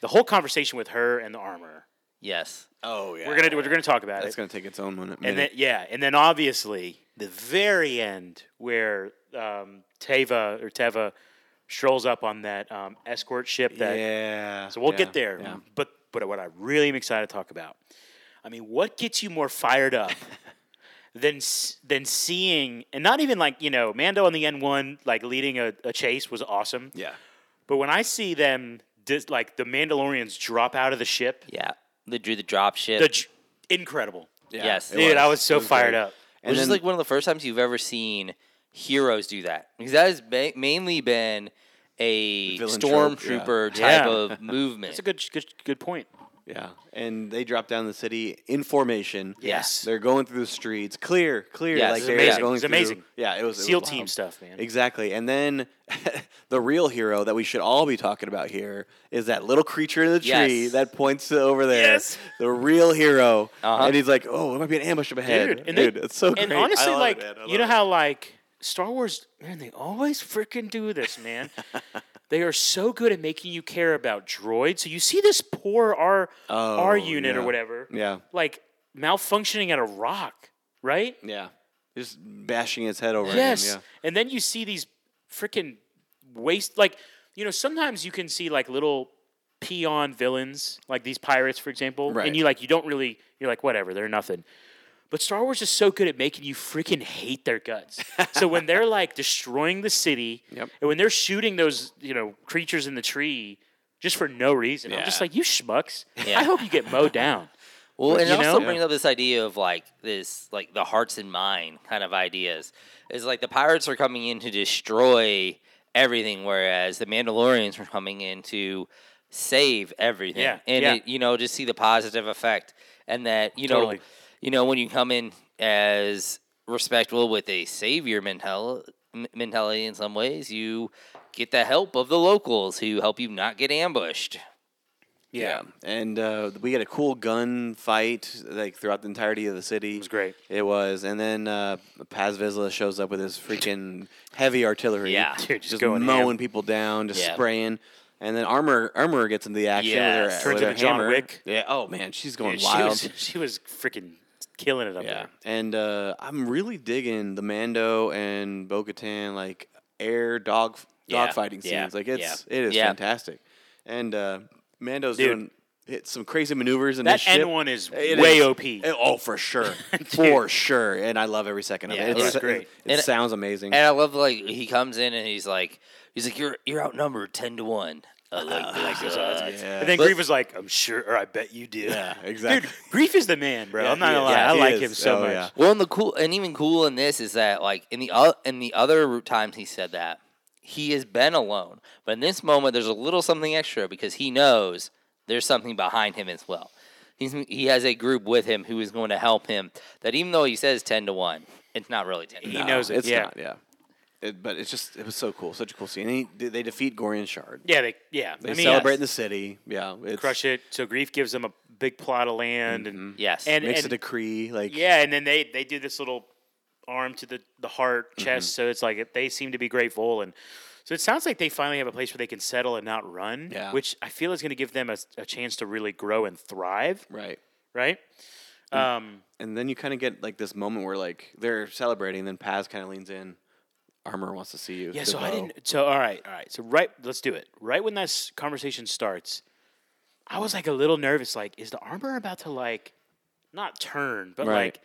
Speaker 1: the whole conversation with her and the armor.
Speaker 3: yes,
Speaker 2: Oh yeah,
Speaker 1: We're gonna do- we're gonna talk about
Speaker 2: That's
Speaker 1: it,
Speaker 2: gonna take its own minute.
Speaker 1: and then yeah, and then obviously the very end where um, Teva or Teva strolls up on that um, escort ship that
Speaker 2: yeah.
Speaker 1: So we'll
Speaker 2: yeah,
Speaker 1: get there.
Speaker 2: yeah.
Speaker 1: But but what I really am excited to talk about, I mean, what gets you more fired up than s- than seeing and not even like you know Mando on the N one like leading a, a chase was awesome.
Speaker 2: Yeah.
Speaker 1: But when I see them dis, like the Mandalorians drop out of the ship,
Speaker 3: yeah, they drew the drop ship.
Speaker 1: the j- incredible.
Speaker 2: Yeah,
Speaker 3: Yes.
Speaker 2: it
Speaker 1: Dude, I was
Speaker 2: It
Speaker 1: so fired
Speaker 2: great.
Speaker 1: up.
Speaker 2: And
Speaker 3: which is
Speaker 2: then-
Speaker 3: like one of the first times you've ever seen heroes do that because that has ba- mainly been a
Speaker 2: Villain trope, yeah.
Speaker 3: stormtrooper type
Speaker 1: Yeah.
Speaker 3: of movement.
Speaker 1: That's a good good good point.
Speaker 2: Yeah, and they drop down the city in formation.
Speaker 1: Yes.
Speaker 2: they're going through the streets, clear, clear.
Speaker 3: Yes,
Speaker 2: like
Speaker 3: it's
Speaker 2: they're
Speaker 3: amazing.
Speaker 2: going
Speaker 1: It's
Speaker 2: through-
Speaker 1: amazing.
Speaker 2: Yeah, it was it was
Speaker 1: SEAL
Speaker 2: wild.
Speaker 1: team stuff, man.
Speaker 2: Exactly, and then the real hero that we should all be talking about here is that little creature in the tree
Speaker 3: Yes.
Speaker 2: that points to over there.
Speaker 1: Yes.
Speaker 2: the real hero,
Speaker 3: Uh-huh.
Speaker 2: and he's like, "Oh, there might be an ambush up ahead,
Speaker 1: Dude, and they-
Speaker 2: it's so
Speaker 1: and
Speaker 2: great."
Speaker 1: honestly,
Speaker 2: I love
Speaker 1: like
Speaker 2: it, man. I
Speaker 1: you know
Speaker 2: love it.
Speaker 1: how like Star Wars, man, they always freaking do this, man. they are so good at making you care about droids. So you see this poor R
Speaker 2: Oh,
Speaker 1: R unit
Speaker 2: yeah.
Speaker 1: or whatever,
Speaker 2: yeah,
Speaker 1: like malfunctioning at a rock, right?
Speaker 2: yeah, just bashing his head over. him,
Speaker 1: Yes.
Speaker 2: yeah.
Speaker 1: And then you see these freaking waste like you know, sometimes you can see like little peon villains, like these pirates, for example.
Speaker 2: Right.
Speaker 1: And you like you don't really you're like, whatever, they're nothing. But Star Wars is so good at making you freaking hate their guts. so when they're like destroying the city
Speaker 2: Yep.
Speaker 1: and when they're shooting those, you know, creatures in the tree just for no reason, I'm just
Speaker 2: Yeah.
Speaker 1: like, you schmucks.
Speaker 3: Yeah.
Speaker 1: I hope you get mowed down.
Speaker 3: Well, and it
Speaker 1: you
Speaker 3: also
Speaker 1: know?
Speaker 3: brings up this idea of like this, like the hearts and mind kind of ideas. Is like the pirates are coming in to destroy everything, whereas the Mandalorians are coming in to save everything.
Speaker 1: Yeah,
Speaker 3: and
Speaker 1: yeah.
Speaker 3: It, you know, just see the positive effect, and that you know,
Speaker 1: Totally.
Speaker 3: you know, when you come in as respectful with a savior mentality, mentality in some ways, you get the help of the locals who help you not get ambushed.
Speaker 2: Yeah, and uh, we had a cool gun fight like throughout the entirety of the city. It
Speaker 1: was great.
Speaker 2: It was, and then uh, Paz Vizsla shows up with his freaking heavy artillery.
Speaker 3: Yeah.
Speaker 1: Dude, just
Speaker 2: just
Speaker 1: going
Speaker 2: mowing
Speaker 1: ham.
Speaker 2: people down, just
Speaker 3: Yeah.
Speaker 2: spraying. And then armor armor gets into the action. with her,
Speaker 3: Yes.
Speaker 1: Turns
Speaker 2: with her
Speaker 1: into John
Speaker 2: hammer.
Speaker 1: Wick.
Speaker 2: Yeah. Oh man, she's going
Speaker 1: Dude, she
Speaker 2: wild.
Speaker 1: was she was freaking killing it up
Speaker 2: yeah.
Speaker 1: there.
Speaker 2: And uh, I'm really digging the Mando and Bo-Katan like air dog
Speaker 3: Yeah.
Speaker 2: dog fighting scenes.
Speaker 3: Yeah.
Speaker 2: Like it's it is
Speaker 3: Yeah.
Speaker 2: fantastic. And uh, Mando's
Speaker 1: Dude.
Speaker 2: doing hit some crazy maneuvers in
Speaker 1: That
Speaker 2: his ship.
Speaker 1: N one is
Speaker 2: It
Speaker 1: way
Speaker 2: is.
Speaker 1: OP.
Speaker 2: It- oh, for sure, for sure, and I love every second of
Speaker 3: Yeah,
Speaker 2: it.
Speaker 3: it
Speaker 2: It's-
Speaker 1: was great.
Speaker 2: It,
Speaker 3: And-
Speaker 2: sounds amazing.
Speaker 3: And I love like he comes in and he's like he's like you're you're outnumbered ten to one. I like, like that.
Speaker 2: yeah.
Speaker 1: And then Grief was like, I'm sure, or I bet you did.
Speaker 2: yeah, exactly.
Speaker 1: Dude, Grief is the man, bro.
Speaker 2: Yeah,
Speaker 1: I'm not
Speaker 2: he
Speaker 1: gonna
Speaker 2: is.
Speaker 1: lie.
Speaker 2: Yeah,
Speaker 1: I
Speaker 2: he
Speaker 1: like
Speaker 2: is.
Speaker 1: him so
Speaker 2: Oh,
Speaker 1: much.
Speaker 2: yeah.
Speaker 3: Well, and the cool and even cool in this is that like in the o- in the other times he said that he has been alone, but in this moment there's a little something extra because he knows there's something behind him as well. He's he has a group with him who is going to help him. That even though he says ten to one, it's not really ten. To
Speaker 1: He
Speaker 3: one.
Speaker 1: knows it.
Speaker 2: It's
Speaker 1: yeah.
Speaker 2: not. Yeah, It- but it's just it was so cool, such a cool scene. And he, they defeat Gorian Shard.
Speaker 1: Yeah, they yeah.
Speaker 2: They
Speaker 1: I mean,
Speaker 2: celebrate
Speaker 1: yes.
Speaker 2: in the city. Yeah, it's,
Speaker 1: crush it. So Grief gives them a big plot of land and
Speaker 3: Yes.
Speaker 1: and,
Speaker 2: Mm-hmm. Makes
Speaker 1: and-
Speaker 2: a decree. Like
Speaker 1: yeah, and then they they do this little arm to the the heart
Speaker 2: Mm-hmm.
Speaker 1: chest. So it's like they seem to be grateful and. So it sounds like they finally have a place where they can settle and not run,
Speaker 2: Yeah.
Speaker 1: which I feel is going to give them a, a chance to really grow and thrive,
Speaker 2: right.
Speaker 1: right? Um,
Speaker 2: And then you kind of get like this moment where like they're celebrating, and then Paz kind of leans in. Armor wants to see you.
Speaker 1: Yeah,
Speaker 2: to
Speaker 1: so I
Speaker 2: Bo.
Speaker 1: didn't. So all right, all right. So right, let's do it. Right when that s- conversation starts, I was like a little nervous. Like, is the armor about to like not turn, but
Speaker 2: Right.
Speaker 1: like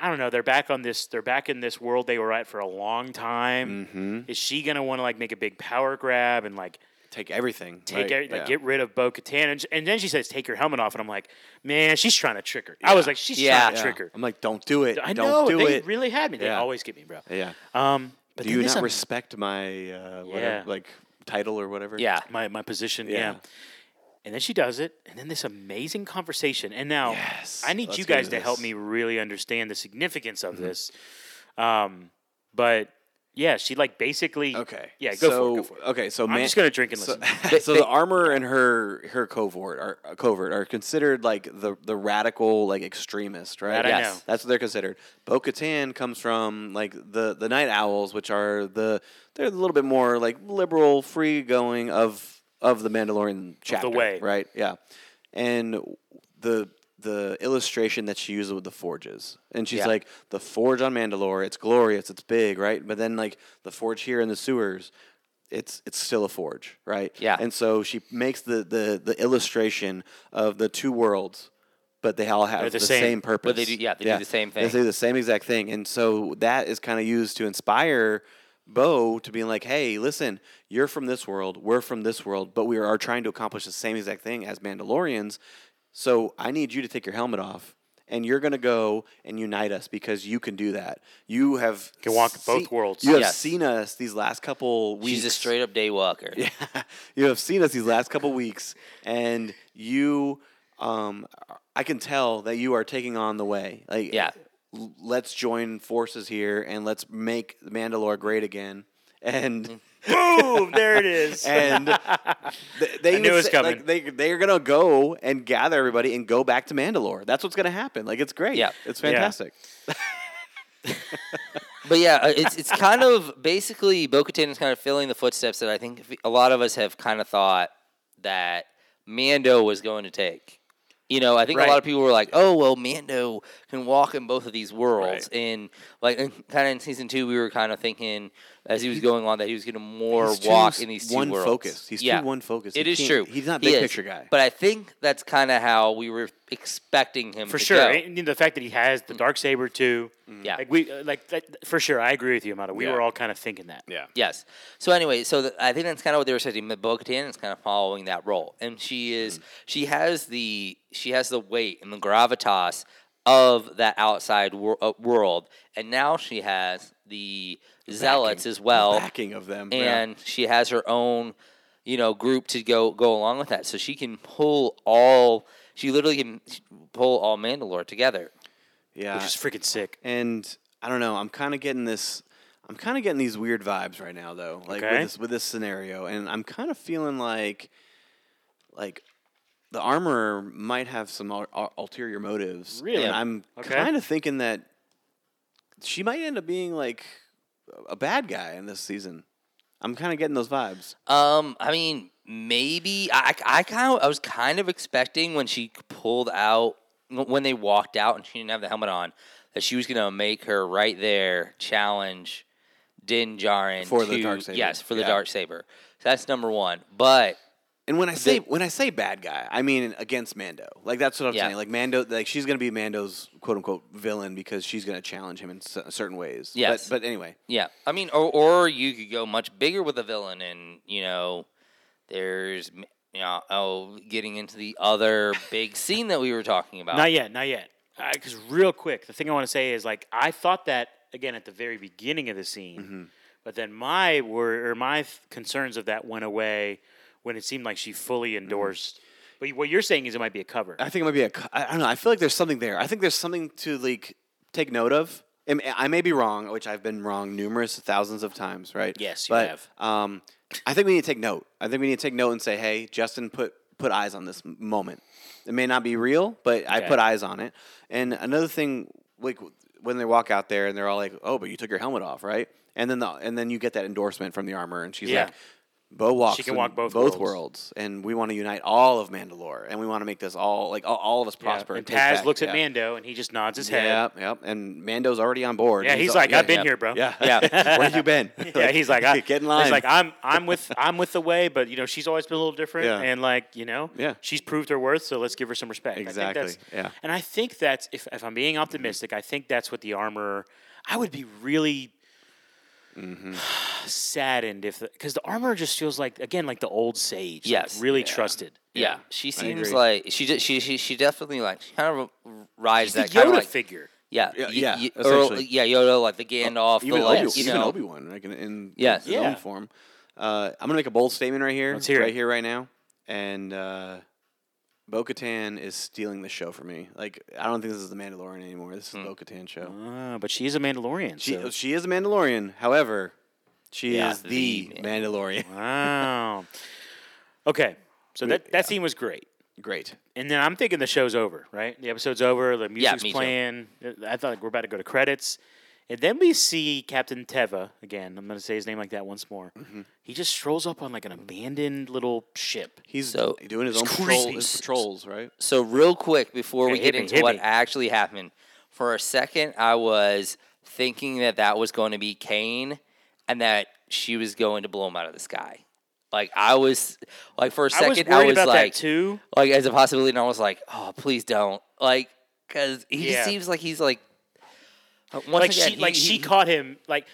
Speaker 1: I don't know. They're back on this. They're back in this world they were at for a long time.
Speaker 2: Mm-hmm.
Speaker 1: Is she gonna want to like make a big power grab and like
Speaker 2: take everything.
Speaker 1: take
Speaker 2: right?
Speaker 1: every, like
Speaker 2: Yeah.
Speaker 1: get rid of Bo Katan? And, sh- and then she says, "Take your helmet off," and I'm like, "Man, she's trying to trick her." I was like, "She's
Speaker 3: Yeah.
Speaker 1: trying to
Speaker 2: Yeah.
Speaker 1: trick her."
Speaker 2: I'm like, don't do it.
Speaker 1: I
Speaker 2: don't
Speaker 1: know
Speaker 2: do
Speaker 1: they
Speaker 2: it.
Speaker 1: really had me. They
Speaker 2: Yeah.
Speaker 1: always get me, bro.
Speaker 2: yeah.
Speaker 1: Um, but
Speaker 2: Do
Speaker 1: then
Speaker 2: you
Speaker 1: this
Speaker 2: not
Speaker 1: un-
Speaker 2: respect my uh, whatever,
Speaker 1: Yeah.
Speaker 2: like title or whatever?
Speaker 3: Yeah.
Speaker 1: my my position?
Speaker 2: Yeah.
Speaker 1: yeah. And then she does it, and then this amazing conversation. And now
Speaker 2: Yes,
Speaker 1: I need
Speaker 2: let's
Speaker 1: you
Speaker 2: go
Speaker 1: guys
Speaker 2: to
Speaker 1: to help
Speaker 2: this. Mm-hmm.
Speaker 1: me really understand the significance of this. Um, but yeah, she like basically
Speaker 2: Okay.
Speaker 1: Yeah, go
Speaker 2: so,
Speaker 1: for it. Go for it.
Speaker 2: Okay, so
Speaker 1: I'm
Speaker 2: man,
Speaker 1: just gonna drink and
Speaker 2: so-
Speaker 1: listen.
Speaker 2: So, the armor and her her covert are uh, covert are considered like the the radical like extremist, right?
Speaker 1: That I Yes. know.
Speaker 2: That's what they're considered. Bo Katan comes from like the the night owls, which are the they're a little bit more like liberal, free going of of the Mandalorian chapter,
Speaker 1: way.
Speaker 2: right? Yeah, and the the illustration that she uses with the forges, and she's
Speaker 3: Yeah.
Speaker 2: like the forge on Mandalore, it's glorious, it's big, right? But then like the forge here in the sewers. It's it's still a forge, right?
Speaker 3: Yeah.
Speaker 2: And so she makes the, the, the illustration of the two worlds, but they all have
Speaker 1: They're the
Speaker 2: the,
Speaker 1: same.
Speaker 2: same, purpose.
Speaker 3: But they do- yeah, they do the same thing.
Speaker 2: They do the same exact thing, and so that is kind of used to inspire Bo to being like, "Hey, listen, you're from this world, we're from this world, but we are trying to accomplish the same exact thing as Mandalorians. So I need you to take your helmet off." And you're gonna go and unite us because you can do that. You have
Speaker 1: Can walk both worlds.
Speaker 2: You have
Speaker 3: Yes.
Speaker 2: seen us these last couple weeks.
Speaker 3: She's a straight up day walker.
Speaker 2: Yeah, you have seen us these last couple weeks, and you, um, I can tell that you are taking on the way. Like,
Speaker 3: Yeah.
Speaker 2: l- let's join forces here and let's make Mandalore great again.
Speaker 3: Mm.
Speaker 2: And
Speaker 1: boom, there it is.
Speaker 2: and th- they
Speaker 1: I knew it
Speaker 2: would
Speaker 1: was
Speaker 2: say-
Speaker 1: coming.
Speaker 2: like they they're gonna go and gather everybody and go back to Mandalore. That's what's gonna happen. Like, it's great.
Speaker 3: Yeah.
Speaker 2: it's
Speaker 1: Yeah.
Speaker 2: fantastic.
Speaker 3: But yeah, uh, it's it's kind of basically Bo-Katan is kind of filling the footsteps that I think a lot of us have kind of thought that Mando was going to take. You know, I think a
Speaker 1: Right.
Speaker 3: lot of people were like, "Oh, well, Mando can walk in both of these worlds." And like, kind of in season two, we were kind of thinking as he was going on that he was going to more
Speaker 2: He's too
Speaker 3: walk
Speaker 2: s-
Speaker 3: in these two
Speaker 2: one
Speaker 3: worlds.
Speaker 2: focus. He's
Speaker 3: yeah.
Speaker 2: too one focus.
Speaker 3: It
Speaker 2: He
Speaker 3: is
Speaker 2: can't-
Speaker 3: true.
Speaker 2: He's not
Speaker 3: He
Speaker 2: big
Speaker 3: is.
Speaker 2: picture guy.
Speaker 3: But I think that's kind of how we were expecting him
Speaker 1: for
Speaker 3: to
Speaker 1: sure.
Speaker 3: go.
Speaker 1: And the fact that he has
Speaker 2: Mm.
Speaker 1: the dark saber too.
Speaker 3: Yeah.
Speaker 1: Like we uh, like that, for sure. I agree with you, Amada. We
Speaker 2: Yeah.
Speaker 1: were all kind of thinking that.
Speaker 2: yeah.
Speaker 3: Yes. So anyway, so th I think that's kind of what they were saying. But Bo-Katan is kind of following that role, and she is she has the she has the weight and the gravitas of that outside wor- uh, world, and now she has the zealots
Speaker 2: Backing-
Speaker 3: as well,
Speaker 2: Backing of them. yeah.
Speaker 3: and she has her own you know group to go go along with that. So she can pull all she literally can pull all Mandalore together.
Speaker 2: yeah.
Speaker 1: Which is freaking sick.
Speaker 2: and I don't know. I'm kind of getting this. I'm kind of getting these weird vibes right now, though. Like
Speaker 1: Okay.
Speaker 2: with this with this scenario, and I'm kind of feeling like, like, the armorer might have some ul- ul- ulterior motives.
Speaker 1: Really?
Speaker 2: And I'm
Speaker 1: Okay.
Speaker 2: kind of thinking that she might end up being like a bad guy in this season. I'm kind of getting those vibes.
Speaker 3: Um, I mean, maybe I, I kind of, I was kind of expecting when she pulled out, when they walked out and she didn't have the helmet on, that she was gonna make her right there challenge Din Djarin
Speaker 2: For the
Speaker 3: to-
Speaker 2: Darksaber.
Speaker 3: Yes, for the
Speaker 2: Yeah.
Speaker 3: dark saber. So that's number one. But
Speaker 2: And when I say when I say bad guy, I mean against Mando. Like that's what I'm
Speaker 3: Yeah.
Speaker 2: saying. Like Mando, like she's gonna be Mando's quote unquote villain because she's gonna challenge him in cer- certain ways. But-
Speaker 3: Yes.
Speaker 2: But, anyway,
Speaker 3: yeah, I mean, or or you could go much bigger with a villain, and you know, there's. You know, oh, getting into the other big scene that we were talking
Speaker 2: Uh,
Speaker 3: about.
Speaker 1: Not yet, not yet. Because real quick, the thing I want to say is like I thought that again at the very beginning of the scene,
Speaker 2: Mm-hmm.
Speaker 1: but then my wor- or my th- concerns of that went away when it seemed like she fully
Speaker 2: Mm-hmm.
Speaker 1: endorsed. But what you're saying is it might be a cover.
Speaker 2: I think it might be a. cu- I I don't know. I feel like there's something there. I think there's something to like take note of. Am- I may be wrong, which I've been wrong numerous thousands of times, right?
Speaker 1: Yes, you
Speaker 2: but,
Speaker 1: have.
Speaker 2: Um, I think we need to take note. I think we need to take note and say, hey, Justin, put put eyes on this m- moment. It may not be real, but I
Speaker 1: Okay.
Speaker 2: put eyes on it. And another thing, like when they walk out there and they're all like, oh, but you took your helmet off, right? And then the and then you get that endorsement from the armor, and she's
Speaker 1: Yeah.
Speaker 2: like. Bo walks.
Speaker 1: can
Speaker 2: in
Speaker 1: walk both worlds."
Speaker 2: both worlds, and we want to unite all of Mandalore, and we want to make this all like all, all of us
Speaker 1: Yeah,
Speaker 2: prosper.
Speaker 1: and
Speaker 2: take
Speaker 1: Taz
Speaker 2: back-
Speaker 1: looks
Speaker 2: yeah.
Speaker 1: at Mando and he just nods his head.
Speaker 2: Yep, yep. And Mando's already on board.
Speaker 1: Yeah, he's,
Speaker 2: al-
Speaker 1: like,
Speaker 2: yeah,
Speaker 1: I've been
Speaker 2: yeah.
Speaker 1: here, bro.
Speaker 2: Yeah,
Speaker 1: Yeah.
Speaker 2: Where you been?
Speaker 1: Yeah, he's like, I,
Speaker 2: get in line.
Speaker 1: He's like, I'm, I'm with, I'm with the way, but you know, she's always been a little different,
Speaker 2: Yeah.
Speaker 1: and like, you know,
Speaker 2: Yeah.
Speaker 1: she's proved her worth, so let's give her some respect. I think
Speaker 2: Exactly,
Speaker 1: that's-
Speaker 2: yeah.
Speaker 1: and I think that's if, if I'm being optimistic, I think that's what the armor. I would be really
Speaker 2: Mm-hmm.
Speaker 1: saddened if, because the, armor just feels like again, like the old sage. like,
Speaker 3: Yes.
Speaker 1: really trusted.
Speaker 3: Yeah, she seems
Speaker 2: agree.
Speaker 3: like she did. She she she definitely like she kind of r- rides
Speaker 1: The
Speaker 3: that kind
Speaker 1: Yoda
Speaker 3: of like
Speaker 1: figure.
Speaker 3: yeah
Speaker 2: Yeah,
Speaker 3: y-
Speaker 2: yeah,
Speaker 3: y- or,
Speaker 2: essentially. Oh,
Speaker 3: yeah Yoda like the Gandalf
Speaker 2: even
Speaker 3: the like
Speaker 2: Obi-
Speaker 3: you
Speaker 2: even
Speaker 3: know
Speaker 2: Obi Wan, like in, in
Speaker 3: Yes.
Speaker 2: his
Speaker 1: Yeah.
Speaker 2: own form. Uh, I'm gonna make a bold statement right here,
Speaker 1: Let's hear
Speaker 2: right
Speaker 1: it.
Speaker 2: here, right now, and uh, Bo Katan is stealing the show for me. Like, I don't think this is the Mandalorian anymore. This is
Speaker 1: Hmm.
Speaker 2: the Bo Katan show.
Speaker 1: Ah, but she is a Mandalorian.
Speaker 2: She
Speaker 1: so-
Speaker 2: she is a Mandalorian. However, she
Speaker 3: Yeah,
Speaker 2: is the,
Speaker 3: the
Speaker 2: Mandalorian.
Speaker 1: wow. Okay, so that that scene was great.
Speaker 2: Great.
Speaker 1: And then I'm thinking the show's over, right? The episode's over. The music's
Speaker 3: me too.
Speaker 1: playing. I thought like, we're about to go to credits, and then we see Captain Teva again. I'm going to say his name like that once more.
Speaker 3: Mm-hmm.
Speaker 1: He just strolls up on like an abandoned little ship.
Speaker 2: He's
Speaker 3: So-
Speaker 2: doing his own
Speaker 3: It's
Speaker 2: patrol,
Speaker 3: crazy.
Speaker 2: his patrols, right?
Speaker 3: So real quick before we
Speaker 1: Okay, hit
Speaker 3: get
Speaker 1: me,
Speaker 3: into
Speaker 1: hit
Speaker 3: what
Speaker 1: me.
Speaker 3: actually happened, for a second I was thinking that that was going to be Kane and that she was going to blow him out of the sky. Like I was like for a
Speaker 1: I was
Speaker 3: second
Speaker 1: worried
Speaker 3: I was,
Speaker 1: about
Speaker 3: like
Speaker 1: that too.
Speaker 3: like as a possibility and I was like, "Oh, please don't." Like cuz he
Speaker 1: Yeah.
Speaker 3: just seems like he's like once
Speaker 1: Like
Speaker 3: again,
Speaker 1: she,
Speaker 3: he-
Speaker 1: like
Speaker 3: he-
Speaker 1: she
Speaker 3: he-
Speaker 1: caught him. Like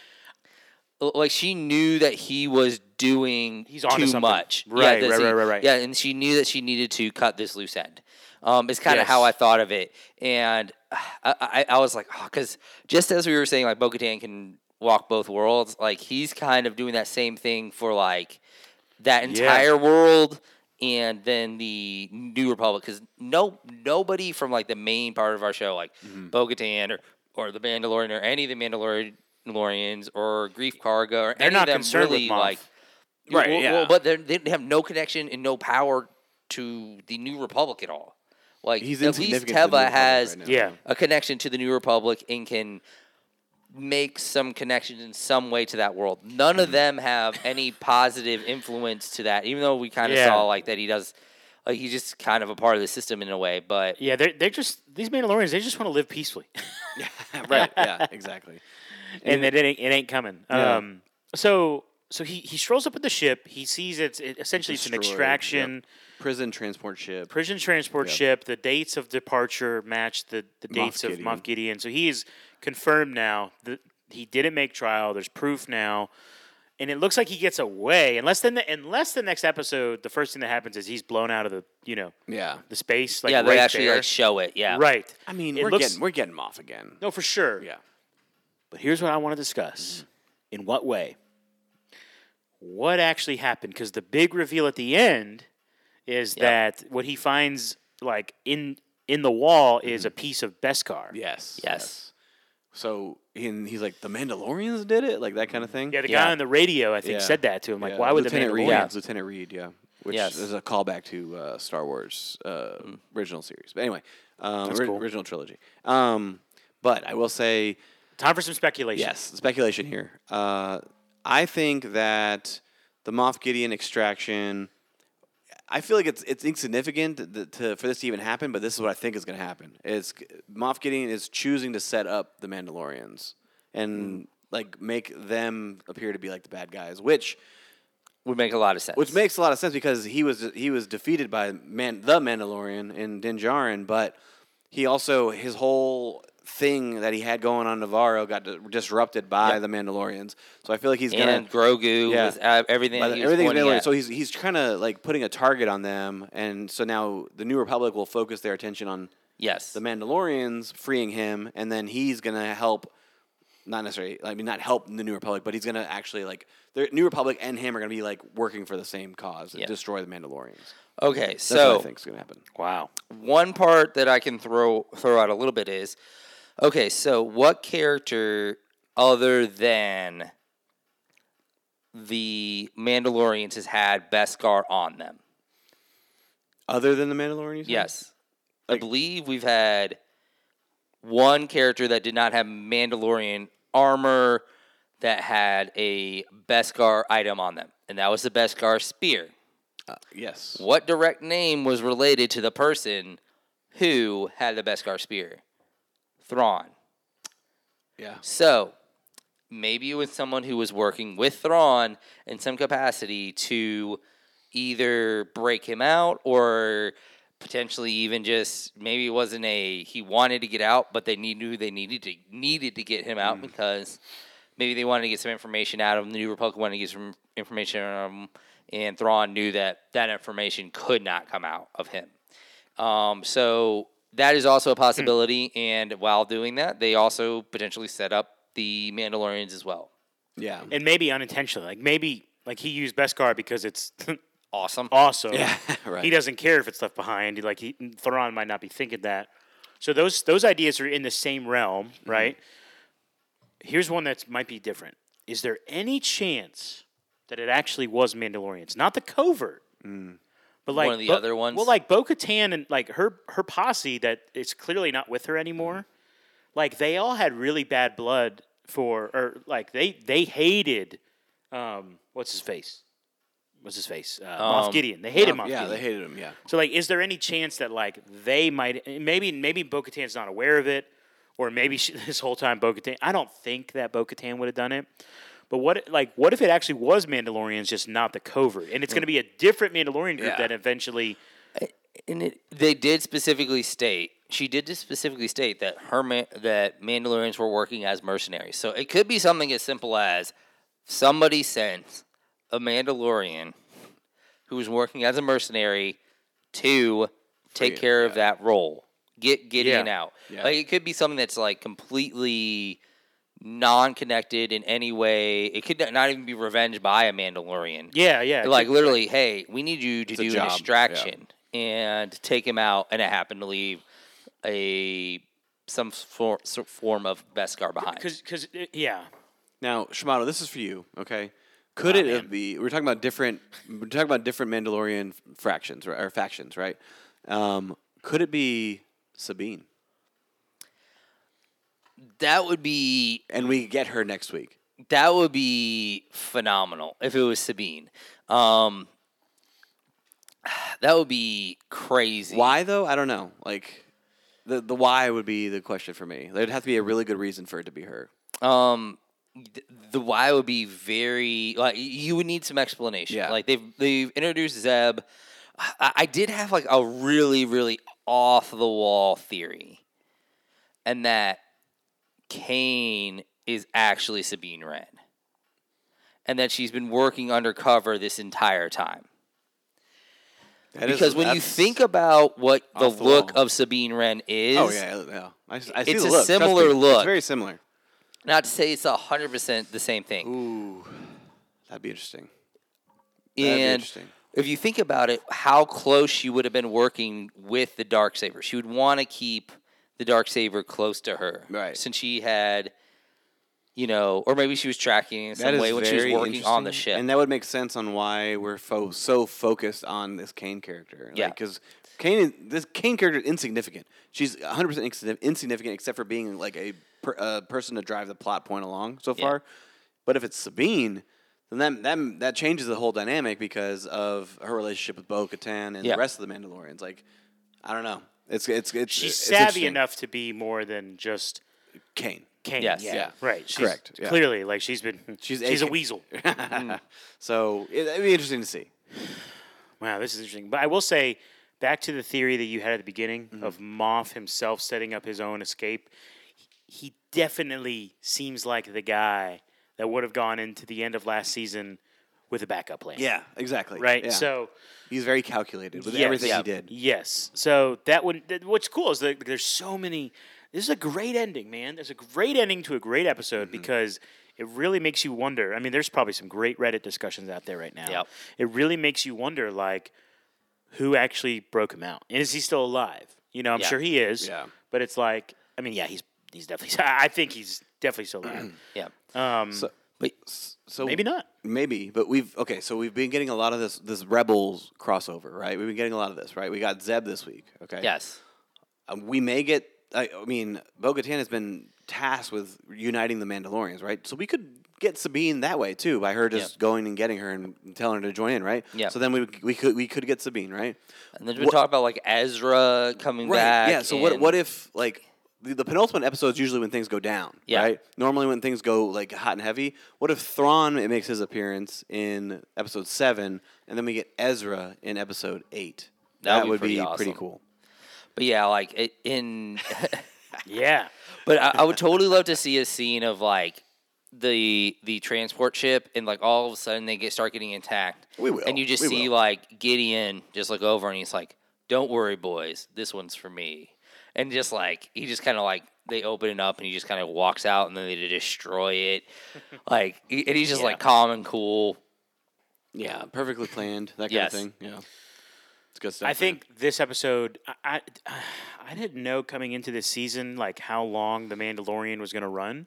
Speaker 3: like she knew that he was doing
Speaker 1: He's onto
Speaker 3: too
Speaker 1: something.
Speaker 3: much.
Speaker 1: Right,
Speaker 3: that's
Speaker 1: right,
Speaker 3: it.
Speaker 1: right, right, right.
Speaker 3: Yeah, and she knew that she needed to cut this loose end. Um, it's kind of
Speaker 1: Yes.
Speaker 3: how I thought of it, and uh, I, I, I was like, because just as we were saying, like Bo-Katan can walk both worlds. Like he's kind of doing that same thing for like that entire world. And then the New Republic, because no nobody from like the main part of our show, like Bo-Katan or, or the Mandalorian or any of the Mandalorians or Grief Karga or
Speaker 1: They're
Speaker 3: any
Speaker 1: not
Speaker 3: of them
Speaker 1: concerned with
Speaker 3: really
Speaker 1: Moff.
Speaker 3: like
Speaker 2: Right,
Speaker 3: well,
Speaker 2: yeah.
Speaker 3: well, but they're- they have no connection and no power to the New Republic at all. Like
Speaker 2: He's
Speaker 3: at least
Speaker 2: insignificant to the New
Speaker 3: Teva
Speaker 2: Republic
Speaker 3: has
Speaker 2: right now.
Speaker 1: yeah,
Speaker 3: a connection to the New Republic and can make some connections in some way to that world. None
Speaker 2: Mm-hmm.
Speaker 3: of them have any positive influence to that, even though we kind of
Speaker 1: Yeah.
Speaker 3: saw like that he does. Like he's just kind of a part of the system in a way, but
Speaker 1: yeah. They're they just these Mandalorians. They just want to live peacefully.
Speaker 2: right. Yeah. Exactly.
Speaker 1: and that it ain't, it ain't coming.
Speaker 2: Yeah.
Speaker 1: Um, so so he, he strolls up at the ship. He sees it's it, essentially it's an
Speaker 2: Destroyed,
Speaker 1: extraction
Speaker 2: Prison transport ship.
Speaker 1: prison transport
Speaker 2: Yep.
Speaker 1: ship. The dates of departure match the, the dates of
Speaker 2: Gideon.
Speaker 1: Moff Gideon. So he is confirmed now that he didn't make trial. There's proof now, and it looks like he gets away. Unless then the, unless the next episode, the first thing that happens is he's blown out of the you know
Speaker 2: Yeah.
Speaker 1: the space. Like
Speaker 3: yeah, they
Speaker 1: right
Speaker 3: actually
Speaker 1: there.
Speaker 3: like show it. Yeah,
Speaker 1: right.
Speaker 2: I mean,
Speaker 1: It
Speaker 2: we're
Speaker 1: looks-
Speaker 2: getting we're getting him off again.
Speaker 1: No, for sure.
Speaker 2: Yeah.
Speaker 1: But here's what I want to discuss.
Speaker 2: Mm-hmm.
Speaker 1: In what way? What actually happened? Because the big reveal at the end is that what he finds like in in the wall is
Speaker 2: Mm-hmm.
Speaker 1: a piece of Beskar.
Speaker 2: Yes.
Speaker 3: Yes.
Speaker 2: So and he's like, the Mandalorians did it, like that kind of thing.
Speaker 1: Yeah, the
Speaker 3: Yeah.
Speaker 1: guy on the radio I think
Speaker 2: Yeah.
Speaker 1: said that to him. Like,
Speaker 2: Yeah,
Speaker 1: why would
Speaker 2: Lieutenant
Speaker 1: the
Speaker 2: Reed?
Speaker 1: Mandalorian?
Speaker 2: Yeah, it's Lieutenant Reed. Yeah, which
Speaker 3: Yes.
Speaker 2: is a callback to uh, Star Wars uh, original series. But anyway, um, ori-
Speaker 1: Mm. cool.
Speaker 2: original trilogy. Um, but I will say
Speaker 1: Time for some speculation.
Speaker 2: yes, speculation here. Uh, I think that the Moff Gideon extraction. I feel like it's it's insignificant th- to, for this to even happen, but this is what I think is going to happen. It's Moff Gideon is choosing to set up the Mandalorians and like make them appear to be like the bad guys, which
Speaker 3: would make a lot of sense.
Speaker 2: which makes a lot of sense because he was he was defeated by man the Mandalorian in Din Djarin, but he also his whole thing that he had going on Navarro got di- disrupted by the Mandalorians. So I feel like he's gonna
Speaker 3: and Grogu
Speaker 2: Yeah.
Speaker 3: was uh, everything.
Speaker 2: by
Speaker 3: that
Speaker 2: the,
Speaker 3: he was
Speaker 2: everything's
Speaker 3: pointing
Speaker 2: Mandalorian.
Speaker 3: at.
Speaker 2: So he's he's kind of like putting a target on them, and so now the New Republic will focus their attention on
Speaker 3: yes,
Speaker 2: the Mandalorians freeing him, and then he's gonna help. Not necessarily. I mean, not help the New Republic, but he's gonna actually like the New Republic and him are gonna be like working for the same cause and
Speaker 3: Yeah.
Speaker 2: destroy the Mandalorians.
Speaker 3: okay. So
Speaker 2: That's what I think is going to happen.
Speaker 1: Wow.
Speaker 3: one part that I can throw throw out a little bit is okay, so what character other than the Mandalorians has had Beskar on them?
Speaker 2: Other than the Mandalorian, you said?
Speaker 3: Yes.
Speaker 2: Hmm.
Speaker 3: I
Speaker 2: Like-
Speaker 3: believe we've had one character that did not have Mandalorian armor that had a Beskar item on them, and that was the Beskar spear.
Speaker 2: Yes.
Speaker 3: What direct name was related to the person who had the Beskar spear? Thrawn.
Speaker 2: Yeah.
Speaker 3: So maybe it was someone who was working with Thrawn in some capacity to either break him out or potentially even just maybe it wasn't a he wanted to get out, but they need- knew they needed to needed to get him out because maybe they wanted to get some information out of him. The New Republic wanted to get some information out of him, and Thrawn knew that that information could not come out of him. Um, so that is also a possibility. And while doing that, they also potentially set up the Mandalorians as well.
Speaker 2: Yeah.
Speaker 1: And maybe unintentionally. Like maybe like he used Beskar because it's
Speaker 3: awesome.
Speaker 1: Also,
Speaker 2: Yeah, right.
Speaker 1: he doesn't care if it's left behind. Like he, Thrawn might not be thinking that. So those those ideas are in the same realm, right? Here's one that might be different. Is there any chance that it actually was Mandalorians, not the covert, but like
Speaker 3: One of the
Speaker 1: Bo-
Speaker 3: other ones?
Speaker 1: Well, like Bo Katan and like her her posse that is clearly not with her anymore. Like they all had really bad blood for, or like they they hated. Um, what's his face? What's his face? Uh, Moff
Speaker 3: Um,
Speaker 1: Gideon. They hated Moff
Speaker 2: yeah,
Speaker 1: Gideon.
Speaker 2: they hated him. Yeah,
Speaker 1: So like, is there any chance that like they might maybe maybe Bo-Katan's not aware of it, or maybe she, this whole time Bo-Katan? I don't think that Bo-Katan would have done it. But what like what if it actually was Mandalorians, just not the covert, and it's going to be a different Mandalorian group
Speaker 2: Yeah.
Speaker 1: that eventually.
Speaker 3: And it, they did specifically state she did just specifically state that her ma- that Mandalorians were working as mercenaries. So it could be something as simple as somebody sends a Mandalorian who was working as a mercenary to take
Speaker 2: Free-
Speaker 3: care of that role. Get Gideon
Speaker 1: Yeah.
Speaker 3: out.
Speaker 2: Yeah.
Speaker 3: Like it could be something that's like completely non-connected in any way. It could not even be revenge by a Mandalorian
Speaker 1: Yeah, yeah,
Speaker 3: like literally, hey, we need you to
Speaker 2: a
Speaker 3: do
Speaker 2: job,
Speaker 3: an
Speaker 2: yeah.
Speaker 3: distraction and take him out, and it happened to leave a some for, sort of form of Beskar behind.
Speaker 1: because because uh, yeah,
Speaker 2: Now, Shimano, this is for you, okay? Could it have be? We're talking about different. We're talking about different Mandalorian fractions or, or factions, right? Um, could it be Sabine?
Speaker 3: That would be
Speaker 2: And we get her next week.
Speaker 3: that would be phenomenal if it was Sabine. Um, that would be crazy.
Speaker 2: Why though? I don't know. Like, the the why would be the question for me. There'd have to be a really good reason for it to be her.
Speaker 3: Um, th- the why would be very like y- you would need some explanation.
Speaker 2: Yeah.
Speaker 3: Like they've they've introduced Zeb. I, I did have like a really really off the wall theory, and that Kane is actually Sabine Wren, and that she's been working undercover this entire time.
Speaker 2: That is-
Speaker 3: Because when you
Speaker 2: that's-
Speaker 3: think about what the
Speaker 2: off the
Speaker 3: look
Speaker 2: wall.
Speaker 3: of Sabine Wren is,
Speaker 2: oh yeah, yeah, I, s- I see
Speaker 3: It's
Speaker 2: the look.
Speaker 3: a
Speaker 2: Trust
Speaker 3: similar
Speaker 2: me,
Speaker 3: look.
Speaker 2: It's very similar.
Speaker 3: not to say it's hundred percent the same thing,
Speaker 2: Ooh, that'd be interesting. That'd be
Speaker 3: And
Speaker 2: interesting.
Speaker 3: if you think about it, how close she would have been working with the dark saber, she would want to keep the dark saber close to her,
Speaker 2: Right.
Speaker 3: Since she had, you know, or maybe she was tracking it in
Speaker 2: That
Speaker 3: some
Speaker 2: is
Speaker 3: way when she was
Speaker 2: very
Speaker 3: working on the
Speaker 2: interesting,
Speaker 3: ship.
Speaker 2: And that would make sense on why we're fo- so focused on this Kane character.
Speaker 3: Yeah.
Speaker 2: Because Kane, is- this Kane character is insignificant. She's 100% insigni- insignificant except for being like a, per, a person to drive the plot point along so
Speaker 3: Yeah.
Speaker 2: far. But if it's Sabine, then that, that, that changes the whole dynamic because of her relationship with Bo Katan and
Speaker 3: Yeah.
Speaker 2: the rest of the Mandalorians. Like, I don't know. It's it's it's
Speaker 1: she's
Speaker 2: it's
Speaker 1: savvy
Speaker 2: interesting.
Speaker 1: enough to be more than just
Speaker 2: Kane.
Speaker 1: Kane.
Speaker 3: Yes.
Speaker 1: Yeah,
Speaker 2: Yeah.
Speaker 1: right. She's
Speaker 2: Correct, yeah.
Speaker 1: Clearly, like she's been
Speaker 2: She's
Speaker 1: she's
Speaker 2: a
Speaker 1: she's a,
Speaker 2: Kane.
Speaker 1: weasel.
Speaker 3: Mm.
Speaker 2: So it, it'd be interesting to see.
Speaker 1: Wow, this is interesting. But I will say, back to the theory that you had at the beginning
Speaker 2: Mm-hmm.
Speaker 1: of Moff himself setting up his own escape, he definitely seems like the guy that would have gone into the end of last season with a backup plan.
Speaker 2: Yeah, exactly.
Speaker 1: Right?
Speaker 2: Yeah.
Speaker 1: So,
Speaker 2: He's very calculated with
Speaker 1: Yes.
Speaker 2: everything
Speaker 1: Yeah.
Speaker 2: he did.
Speaker 1: yes. So, that would, th- what's cool is that there's so many. This is a great ending, man. There's a great ending to a great episode
Speaker 2: Mm-hmm.
Speaker 1: because it really makes you wonder. I mean, there's probably some great Reddit discussions out there right now.
Speaker 3: Yep.
Speaker 1: It really makes you wonder, like, who actually broke him out, and is he still alive? You know, I'm
Speaker 3: Yeah.
Speaker 1: sure he is.
Speaker 2: Yeah.
Speaker 1: But it's like, I mean, yeah, he's he's definitely. I I think he's definitely still alive.
Speaker 3: yeah,
Speaker 1: Um,
Speaker 2: So,
Speaker 3: but
Speaker 2: so
Speaker 1: maybe not.
Speaker 2: Maybe, but we've okay. So we've been getting a lot of this this rebels crossover, right? We've been getting a lot of this, right? We got Zeb this week, okay?
Speaker 3: yes,
Speaker 2: Um, we may get. I, I mean, Bo-Katan has been tasked with uniting the Mandalorians, right? So we could get Sabine that way too, by her just
Speaker 3: Yeah.
Speaker 2: going and getting her and telling her to join in, right?
Speaker 3: Yeah.
Speaker 2: So then we we could we could get Sabine, right?
Speaker 3: and there's been
Speaker 2: What-
Speaker 3: talk about like Ezra coming back.
Speaker 2: Yeah. So what
Speaker 3: and-
Speaker 2: what if like the, the penultimate episode is usually when things go down,
Speaker 3: Yeah.
Speaker 2: right? Normally when things go like hot and heavy. What if Thrawn it makes his appearance in episode seven, and then we get Ezra in episode eight?
Speaker 3: That would
Speaker 2: would
Speaker 3: be
Speaker 2: be
Speaker 3: pretty
Speaker 2: pretty
Speaker 3: awesome.
Speaker 2: cool.
Speaker 3: But yeah, like it, in.
Speaker 1: Yeah.
Speaker 3: But I, I would totally love to see a scene of like the the transport ship and like all of a sudden they get start getting attacked.
Speaker 2: We will.
Speaker 3: And you just
Speaker 2: We
Speaker 3: see
Speaker 2: will.
Speaker 3: like Gideon just look over and he's like, "Don't worry, boys, this one's for me." And just like he just kind of like they open it up and he just kind of walks out and then they destroy it. like he- and he's just like calm and cool.
Speaker 2: Yeah, perfectly planned. That kind
Speaker 3: Yes.
Speaker 2: of thing. Yeah, it's good stuff.
Speaker 1: I
Speaker 2: man.
Speaker 1: think this episode, I, I, I didn't know coming into this season like how long the Mandalorian was going to run.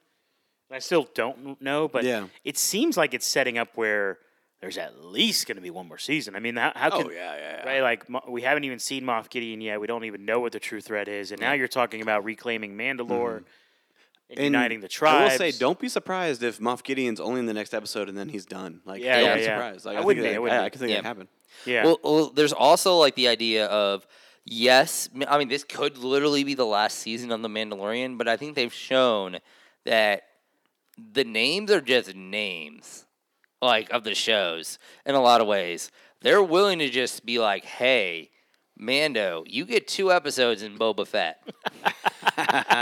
Speaker 1: And I still don't know, but
Speaker 2: Yeah.
Speaker 1: it seems like it's setting up where there's at least going to be one more season. I mean, how, how
Speaker 2: Oh
Speaker 1: can
Speaker 2: yeah, yeah, yeah.
Speaker 1: right? Like Mo- we haven't even seen Moff Gideon yet. We don't even know what the true threat is, and now you're talking about reclaiming Mandalore and,
Speaker 2: And
Speaker 1: uniting the
Speaker 2: I will
Speaker 1: tribes.
Speaker 2: say, don't be surprised if Moff Gideon's only in the next episode and then he's done. Like,
Speaker 1: Yeah,
Speaker 2: don't
Speaker 1: yeah,
Speaker 2: be
Speaker 1: yeah.
Speaker 2: surprised. Like,
Speaker 1: I
Speaker 2: I, think
Speaker 1: wouldn't be,
Speaker 2: that,
Speaker 1: I wouldn't
Speaker 2: I,
Speaker 1: be.
Speaker 2: I can think
Speaker 3: Yeah.
Speaker 2: that happened.
Speaker 1: yeah.
Speaker 3: Well, well, there's also like the idea of yes, m- I mean this could literally be the last season on the Mandalorian, but I think they've shown that the names are just names like of the shows in a lot of ways. They're willing to just be like, "Hey, Mando, you get two episodes in Boba Fett."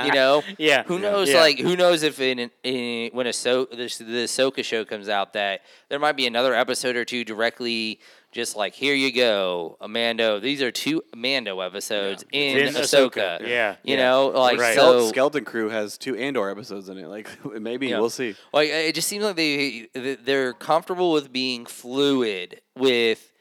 Speaker 3: you know?
Speaker 1: yeah.
Speaker 3: Who knows?
Speaker 1: Yeah.
Speaker 3: Like, who knows if in, in when a so this the Ahsoka show comes out that there might be another episode or two directly just like here you go, Mando. These are two Mando episodes in,
Speaker 1: In
Speaker 3: Ahsoka.
Speaker 1: Ahsoka, yeah.
Speaker 3: you
Speaker 1: Yeah.
Speaker 3: know, like
Speaker 1: Right.
Speaker 2: Skel-
Speaker 3: so.
Speaker 2: Skeleton Crew has two Andor episodes in it. Like, maybe
Speaker 3: Yeah.
Speaker 2: we'll see.
Speaker 3: Like it just seems like they th- they're comfortable with being fluid with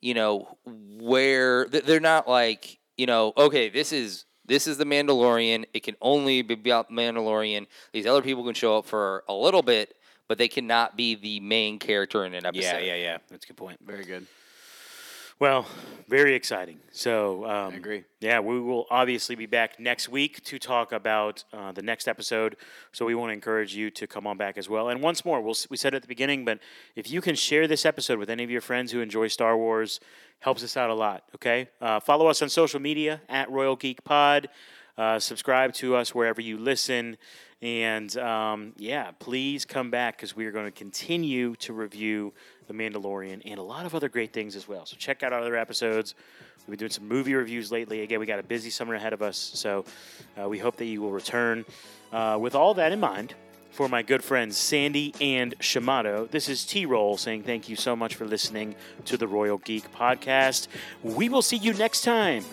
Speaker 3: you know where th- they're not like you know okay this is this is the Mandalorian it can only be about Mandalorian these other people can show up for a little bit but they cannot be the main character in an episode
Speaker 1: yeah, yeah, yeah. That's a good point.
Speaker 2: Very good.
Speaker 1: Well, very exciting. So um,
Speaker 2: I agree.
Speaker 1: Yeah, we will obviously be back next week to talk about uh, the next episode. So we want to encourage you to come on back as well. And once more, we'll, s- we said it at the beginning, but if you can share this episode with any of your friends who enjoy Star Wars, helps us out a lot. Okay, uh, follow us on social media at Royal Geek Pod. Uh, subscribe to us wherever you listen. And um, yeah, please come back because we are going to continue to review The Mandalorian and a lot of other great things as well. So check out our other episodes. We've been doing some movie reviews lately. Again, we got a busy summer ahead of us. So uh, we hope that you will return. Uh, with all that in mind, for my good friends Sandy and Shimado, this is T Roll saying thank you so much for listening to the Royal Geek Podcast. We will see you next time,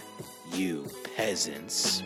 Speaker 1: you peasants.